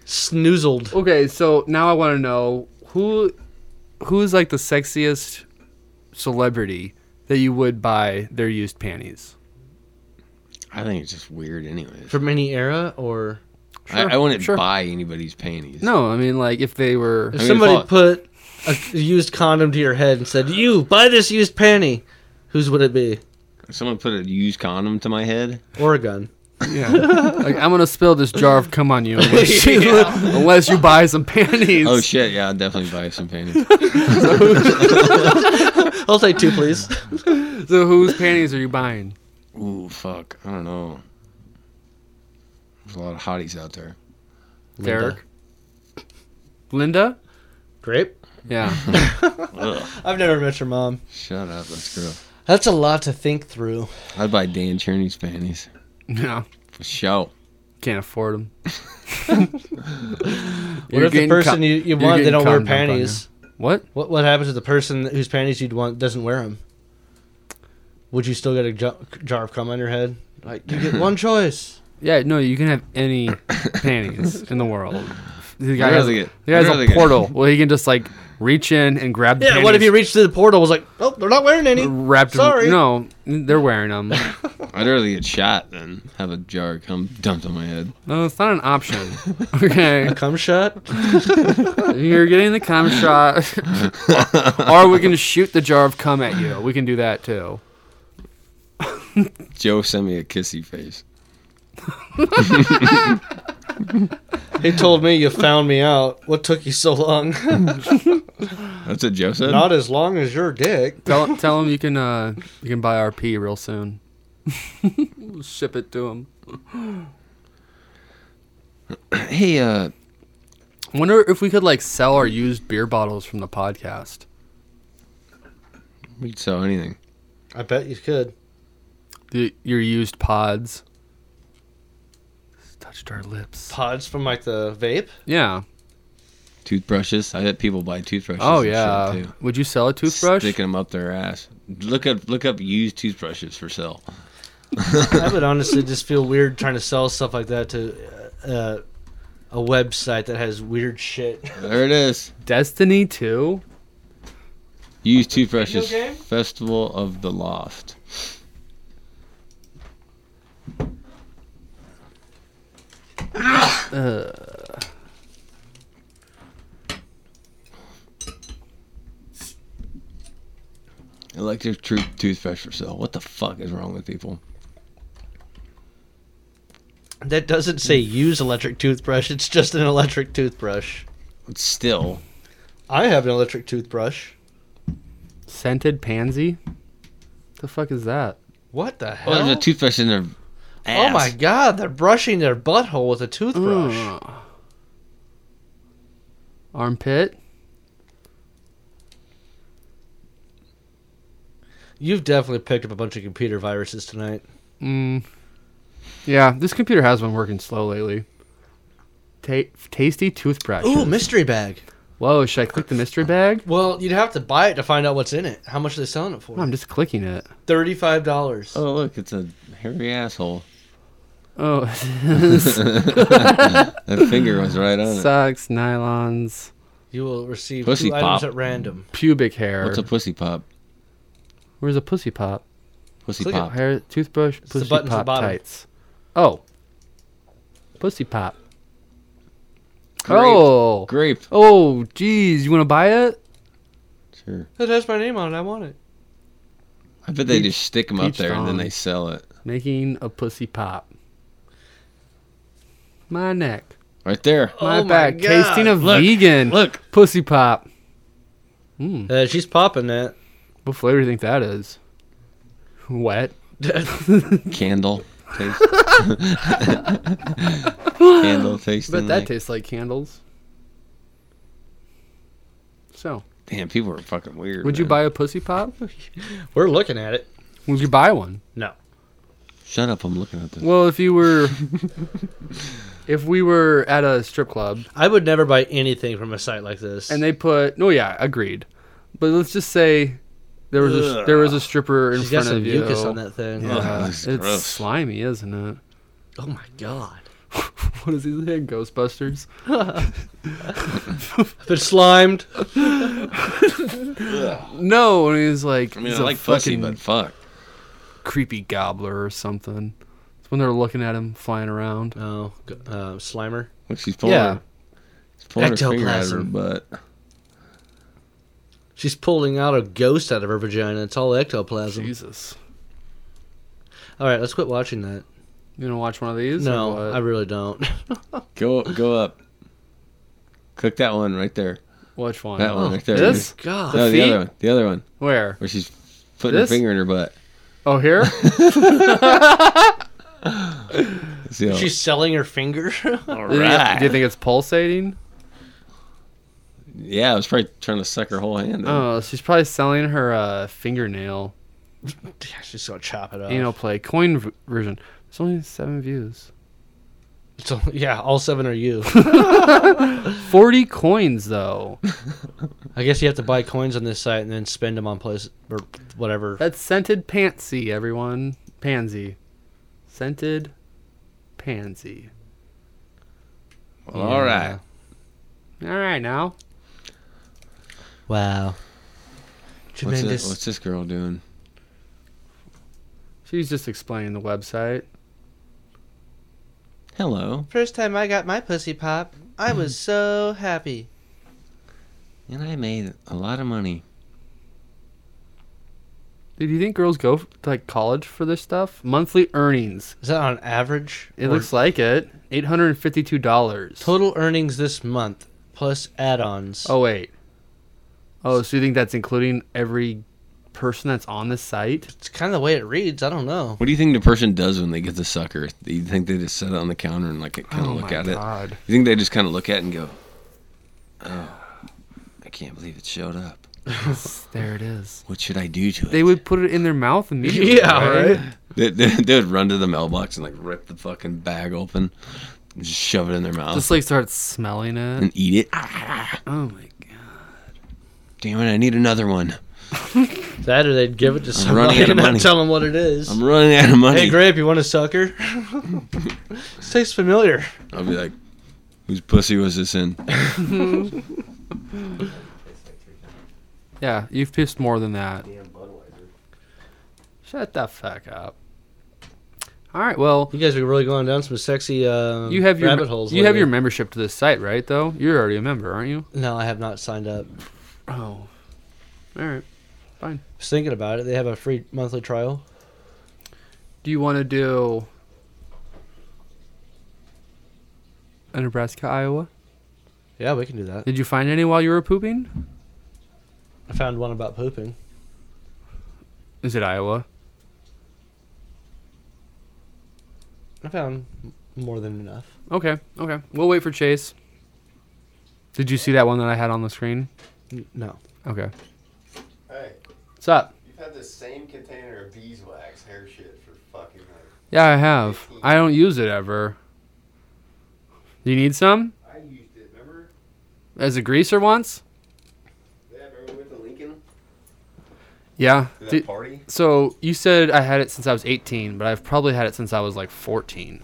snoozled. Okay, so now I want to know who, who's like the sexiest celebrity that you would buy their used panties. I think it's just weird, anyways. From any era, or Sure, I, I wouldn't sure. buy anybody's panties. No, I mean like if they were. if mean, somebody fuck. put a used condom to your head and said, "You buy this used panty," whose would it be? If someone put a used condom to my head, Or a gun? Yeah. like I'm gonna spill this jar of cum on you unless you, unless you buy some panties. oh shit, yeah, I'd definitely buy some panties. I'll say two, please. so whose panties are you buying? Ooh, fuck, I don't know. There's a lot of hotties out there. Derek. Linda? Grape. Yeah. Ugh, I've never met your mom. shut up, let's go. That's a lot to think through. I'd buy Dan Cherney's panties no. for sure. Can't afford them. What if the person you, you want they don't wear panties? What? What what happens to the person whose panties you'd want doesn't wear them? Would you still get a jar, jar of cum on your head? Like you get one choice. Yeah, no, you can have any panties in the world. The guy I'd has, rather get- the guy I'd has rather a get- portal where he can just like reach in and grab the Yeah. panties. What if you reached through the portal? Was like, oh, they're not wearing any. wrapped Sorry. Them, no, they're wearing them. I'd rather get shot than have a jar come dumped on my head. No, it's not an option. Okay. Cum shot. You're getting the cum shot. or we can shoot the jar of cum at you. We can do that too. Joe sent me a kissy face. He told me you found me out. What took you so long? That's what Joe said. not as long as your dick. Tell tell him you can uh you can buy RP real soon. Ship it to him. hey, uh, Wonder if we could like sell our used beer bottles from the podcast. we'd sell anything. I bet you could. The, your used pods. It's touched our lips. Pods from like the vape. Yeah. Toothbrushes. I bet people buy toothbrushes. Oh and shit, yeah. too. Would you sell a toothbrush? Sticking them up their ass. Look up, look up used toothbrushes for sale. I would honestly just feel weird trying to sell stuff like that to uh, a website that has weird shit. There it is. Destiny 2? Used toothbrushes. Video game? Festival of the Loft. Electric tru- toothbrush for sale. What the fuck is wrong with people? That doesn't say use electric toothbrush. It's just an electric toothbrush. It's still I have an electric toothbrush. Scented pansy? The fuck is that? What the oh, hell? there's a toothbrush in their ass. Mm. Oh my god, they're brushing their butthole with a toothbrush. Ugh. Armpit. You've definitely picked up a bunch of computer viruses tonight. Mm. Yeah, this computer has been working slow lately. Ta- tasty toothbrush. Ooh, mystery bag. Whoa, should I click the mystery bag? Well, you'd have to buy it to find out what's in it. How much are they selling it No, for? I'm just clicking it. Thirty-five dollars. Oh, look, it's a hairy asshole. Oh, That finger was right on it. socks, nylons, You will receive Pussy two items pop. at random. pubic hair. What's a pussy pop? Where's a pussy pop? Pussy Click it. pop. Hair, toothbrush, the pussy button to the pop bottom. tights. Oh, pussy pop. Grape. Oh, Grape. oh, geez, you want to buy it? Sure. It has my name on it. I want it. I bet they Peach- just stick them up peach there and then thong. they sell it. Making a pussy pop. My neck, Right there. my Oh my back. God. Tasting a Look, vegan look. pussy pop. Mm, Uh, she's popping that. what flavor do you think that is? Wet. Candle taste. Candle taste. But that tastes like candles. So, Damn, people are fucking weird. would you man. buy a pussy pop? We're looking at it. Would you buy one? No. Shut up! I'm looking at this. Well, if you were, if we were at a strip club I would never buy anything from a site like this. and they put, no, yeah, agreed. But let's just say there was a, there was a stripper in she's got front some of you. mucus on that thing. Yeah. Yeah, That's it's gross. slimy, isn't it? Oh my god. What is he saying? Ghostbusters. I've been slimed. No, and he's like, I mean, he's I a like pussy, fucking but fuck. creepy gobbler or something. It's when they're looking at him flying around. Oh, g- uh, Slimer. Look, she's pulling. Yeah. Her, she's pulling her finger out of her Ectoplasm. butt. She's pulling out a ghost out of her vagina. It's all ectoplasm. Jesus. All right, let's quit watching that. You gonna watch one of these? or no, what? I really don't. Go, go up. Click that one right there. Which one? That one right there. This? God. no, the feet? other one. The other one Where? where she's putting This? her finger in her butt. Oh, here? See how- She's selling her finger. all Do you think- right. Do you think it's pulsating? Yeah, I was probably trying to suck her whole hand. in. Oh, she's probably selling her uh, fingernail. Yeah, she's gonna chop it up. Anal play coin v- version. It's only seven views. So, yeah, all seven are you. Forty coins though. Oh. I guess you have to buy coins on this site and then spend them on place or whatever. That's scented pansy, everyone. Pansy, scented pansy. Well, All Yeah. right. All right now. Wow. What's Tremendous. this, what's this girl doing? She's just explaining the website. Hello, First time I got my pussy pop, I was so happy. and I made a lot of money. Do you think girls go f- to like college for this stuff? Monthly earnings. Is that on average? It Or looks like it. Eight hundred and fifty-two dollars. total earnings this month plus add-ons. Oh wait. Oh, so you think that's including every person that's on the site? It's kind of the way it reads. I don't know. What do you think the person does when they get the sucker? Do you think they just set it on the counter and like kind of look at it? god. You think they just kind of look at it and go, "Oh, I can't believe it showed up. there it is. What should I do to it?" They would put it in their mouth immediately. They, they, they would run to the mailbox and like rip the fucking bag open, and just shove it in their mouth Just like start smelling it. and eat it. Ah, Oh my god. damn it! I need another one. That or they'd give it to running somebody out of and not money. tell them what it is. I'm running out of money. hey, Grape, you want a sucker? this tastes familiar. I'll be like, "Whose pussy was this in?" Yeah, you've pissed more than that. Shut the fuck up. All right, well, You guys are really going down some sexy um, you have your rabbit holes. you have your lately. membership to this site, right? Though you're already a member, aren't you? No, I have not signed up. I Oh, all right. was thinking about it. They have a free monthly trial. Do you want to do a Nebraska, Iowa? Yeah, we can do that. Did you find any while you were pooping? I found one about pooping. Is it Iowa? I found m- more than enough. Okay, okay. We'll wait for Chase. Did you see that one that I had on the screen? No. Okay. Hey, What's up? you've had this same container of beeswax hair shit for fucking like. Yeah, I have. I don't use it ever. You need some? I used it, remember? As a greaser once? Yeah, remember we went to Lincoln Yeah. to that Did- party? so you said I had it since I was 18, but I've probably had it since I was like 14.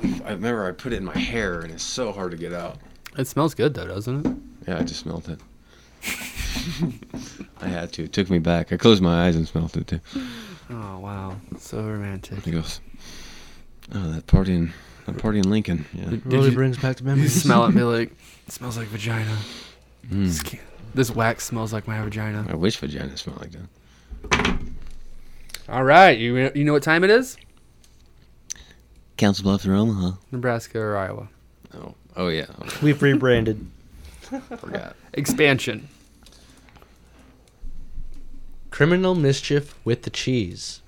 I remember I put it in my hair, and it's so hard to get out. It smells good though, doesn't it? Yeah, I just smelt it. I had to. It took me back. I closed my eyes and smelt it too. Oh wow, so romantic. He goes, "Oh, that party in that party in Lincoln." Yeah. Did you- brings back the You memories. smell it, and be like, Hmm. it smells like vagina. Mm. Skin- This wax smells like my vagina. I wish vagina smelled like that. All right, you you know what time it is? Council Bluffs or Omaha? Nebraska or Iowa? Oh, oh yeah, oh, We've rebranded. I forgot. Expansion. Criminal mischief with the cheese.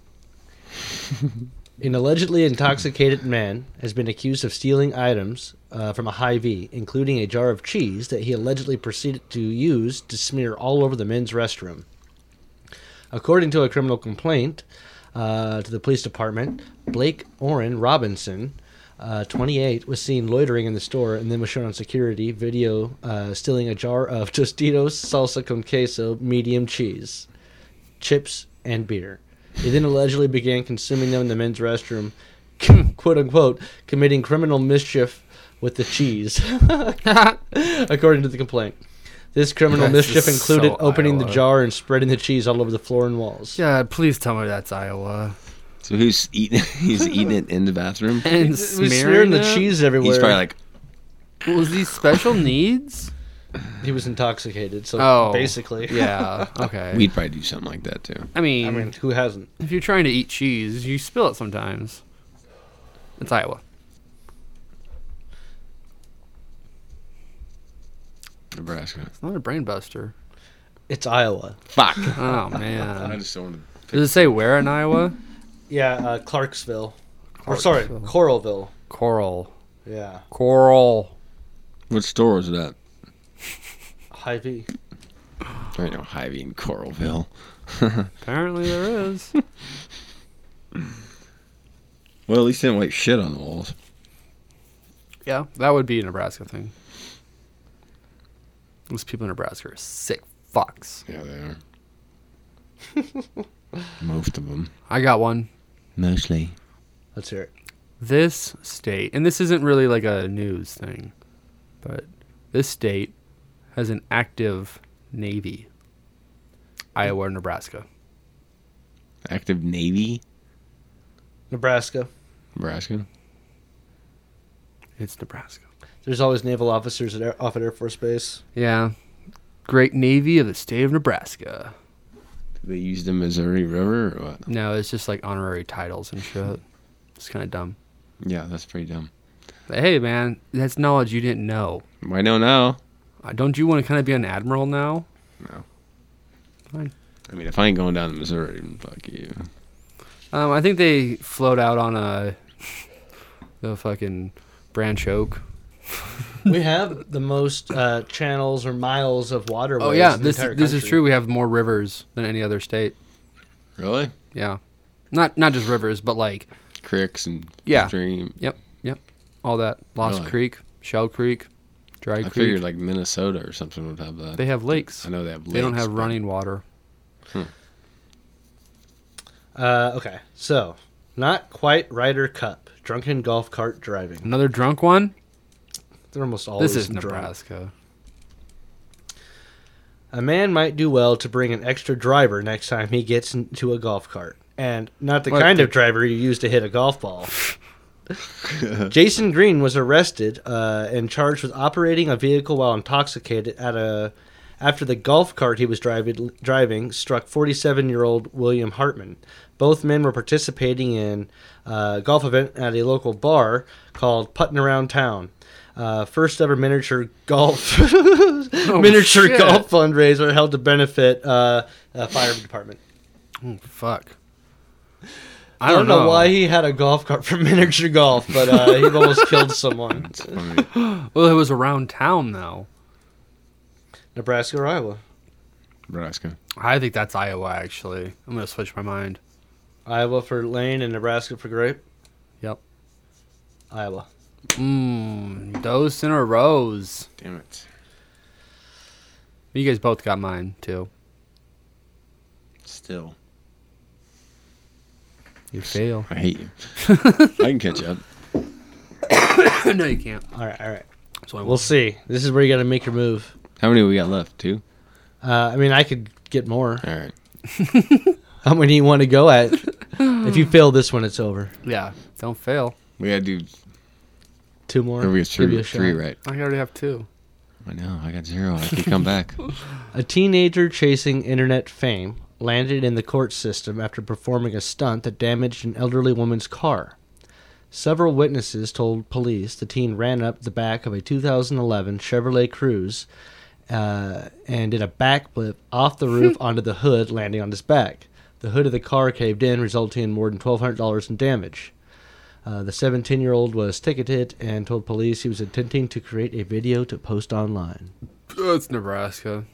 An allegedly intoxicated man has been accused of stealing items uh, from a high V, including a jar of cheese that he allegedly proceeded to use to smear all over the men's restroom. According to a criminal complaint uh, to the police department, Blake Orrin Robinson, uh, 28, was seen loitering in the store and then was shown on security video uh, stealing a jar of Tostitos salsa con queso medium cheese chips, and beer. He then allegedly began consuming them in the men's restroom, quote unquote, committing criminal mischief with the cheese, according to the complaint. This criminal This is mischief included so opening the Iowa. jar and spreading the cheese all over the floor and walls. Yeah, please tell me that's Iowa. So who's eating? He's eating it in the bathroom. And He was smearing the it? cheese everywhere. He's probably like, Was these special needs? he was intoxicated, so Oh, basically. Yeah. Okay. we'd probably do something like that too. I mean, I mean, who hasn't? if you're trying to eat cheese, you spill it sometimes. It's Iowa. Nebraska. It's not a brain buster. It's Iowa. Fuck. Oh I man. just don't want Does it say where in Iowa? Yeah, uh, Clarksville. Or sorry, Clarksville. Coralville. Coral. Yeah, Coral. to. What store is that? high V. I know, Hy-Vee in Coralville. Apparently there is. Well, at least they didn't wipe shit on the walls. yeah, that would be a Nebraska thing. Those people in Nebraska are sick fucks. Yeah, they are. Most of them. I got one. Mostly. Let's hear it. this state, and this isn't really like a news thing, but this state has an active navy. Iowa, and Nebraska. Active Navy, Nebraska. Nebraska. It's Nebraska. There's always naval officers at air, off at Air Force Base. Yeah. Great Navy of the state of Nebraska. They used the Missouri River or what? No, it's just like honorary titles and shit. It's kind of dumb. Yeah, that's pretty dumb. But hey, man, that's knowledge you didn't know. I know now. Uh, don't you want to kind of be an admiral now? I mean, if I ain't going down to Missouri, then fuck you. Um, I think they float out on a the fucking branch oak. we have the most uh, channels or miles of waterways. Oh yeah, in the this entire this is country. true. We have more rivers than any other state. Really? Yeah, not not just rivers, but like Cricks and Yeah. stream. all that Lost Really? Creek, Shell Creek, Dry I Creek. figured like Minnesota or something would have that. they have lakes. I know they have. Lakes, they don't have but- running water. Uh, okay, so not quite Ryder Cup. Drunken golf cart driving. Another drunk one. They're almost always This is drunk. Nebraska. A man might do well to bring an extra driver next time he gets into a golf cart. And not the What kind the- of driver you use to hit a golf ball. Jason Green was arrested uh, and charged with operating a vehicle while intoxicated at a after the golf cart he was driving driving struck 47-year-old William Hartman. Both men were participating in uh, a golf event at a local bar called Puttin' Around Town. Uh, first ever miniature golf miniature Oh, shit. golf fundraiser uh, Hmm, held to benefit uh, a fire department. Oh fuck. I don't know. why he had a golf cart for miniature golf, but uh, he almost killed someone. funny. Well, it was around town though. Nebraska or Iowa? Nebraska. I think that's Iowa. Actually, I'm gonna switch my mind. Iowa for Lane and Nebraska for Grape. Yep. Iowa. Mmm. Dos in a rows. Damn it. You guys both got mine too. Still. You fail. I hate you. I can catch up. no, you can't. All right, all right. That's why I We'll won't. see. This is where you got to make your move. How many we got left? Two? Uh, I mean, I could get more. All right. How many you want to go at? if you fail this one, it's over. yeah. Don't fail. We gotta do Two more. or we got Give you three, a shot. three right. I already have two. I know, I got zero. I can come back. A teenager chasing internet fame landed in the court system after performing a stunt that damaged an elderly woman's car. Several witnesses told police the teen ran up the back of a 2011 Chevrolet Cruze uh, and did a backflip off the roof onto the hood, landing on his back. The hood of the car caved in, resulting in more than $1,200 in damage. Uh, the 17 year old was ticketed and told police he was intending to create a video to post online. Oh, it's Nebraska.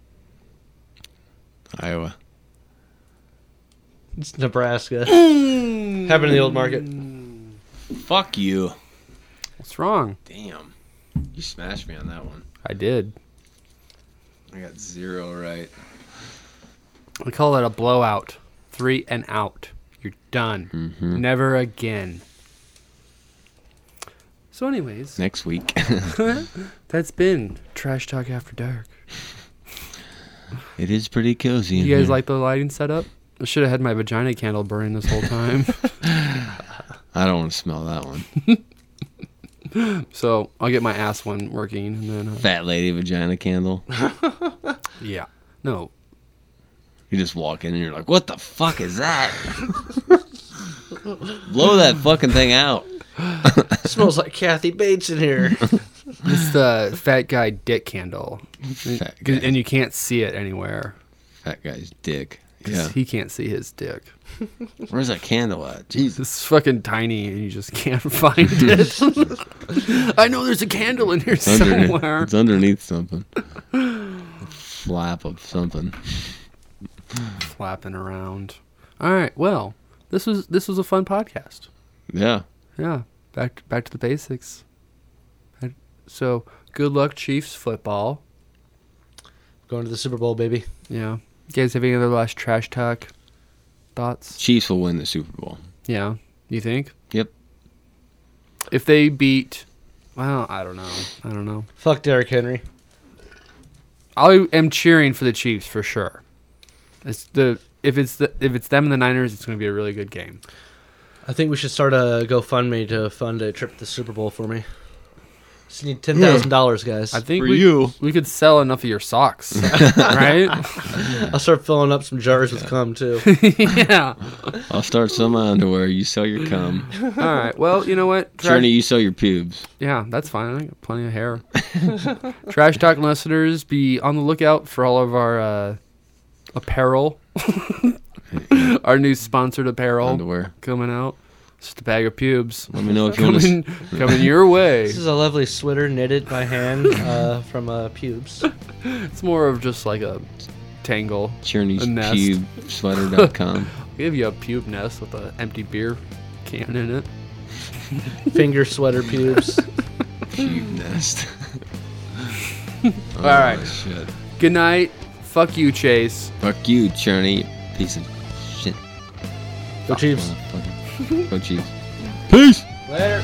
Iowa. It's Nebraska. Happened in the old market. Fuck you. What's wrong? Damn. You smashed me on that one. I did. I got zero right. We call that a blowout. Three and out. You're done. Never again. So, anyways, Next week. that's been Trash Talk After Dark. it is pretty cozy. in You guys here. like the lighting setup? I should have had my vagina candle burning this whole time. I don't want to smell that one. so I'll get my ass one working, and then uh, Fat lady vagina candle. yeah, no, You just walk in and you're like, what the fuck is that? Blow that fucking thing out. smells like Kathy Bates in here. it's the uh, fat guy dick candle, Fat guy. and you can't see it anywhere. Fat guy's dick. 'cause Yeah. he can't see his dick. Where's that candle at? Jesus. It's fucking tiny, and you just can't find it. I know there's a candle in here It's underneath- somewhere. It's underneath something. Flap of something. Flapping around. All right, well, this was this was a fun podcast. Yeah. Yeah, back to, back to the basics. And So good luck, Chiefs football. Going to the Super Bowl, baby. Yeah. You guys have any other last trash talk thoughts? Chiefs will win the Super Bowl. Yeah. You think? Yep. If they beat well, I don't know. I don't know. Fuck Derrick Henry. I am cheering for the Chiefs for sure. It's the if it's the if it's them and the Niners, it's gonna be a really good game. I think we should start a GoFundMe to fund a trip to the Super Bowl for me. Just need ten thousand dollars, guys. I think For we, you. we could sell enough of your socks. right? I'll start filling up some jars with cum too. yeah. I'll start some underwear. You sell your cum. All right. Well, you know what? Trash- Journey, you sell your pubes. Yeah, that's fine. I got plenty of hair. Trash talk listeners, be on the lookout for all of our uh, apparel, our new sponsored apparel Underwear. coming out. It's Just a bag of pubes Let me know if you want coming to. coming your way. This is a lovely sweater knitted by hand uh, from uh, pubes. It's more of just like a tangle. Journey's A nest. pube sweater.com. I'll give you a pube nest with an empty beer can in it. Finger sweater pubes. pube nest. Oh, All right. Shit. Good night. Fuck you, Chase. Fuck you, Journey. Piece of shit. Go Chiefs. Motherfucker. Go Chiefs. Peace. Later.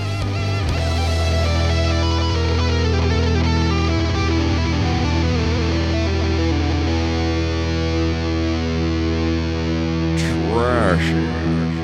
Trash.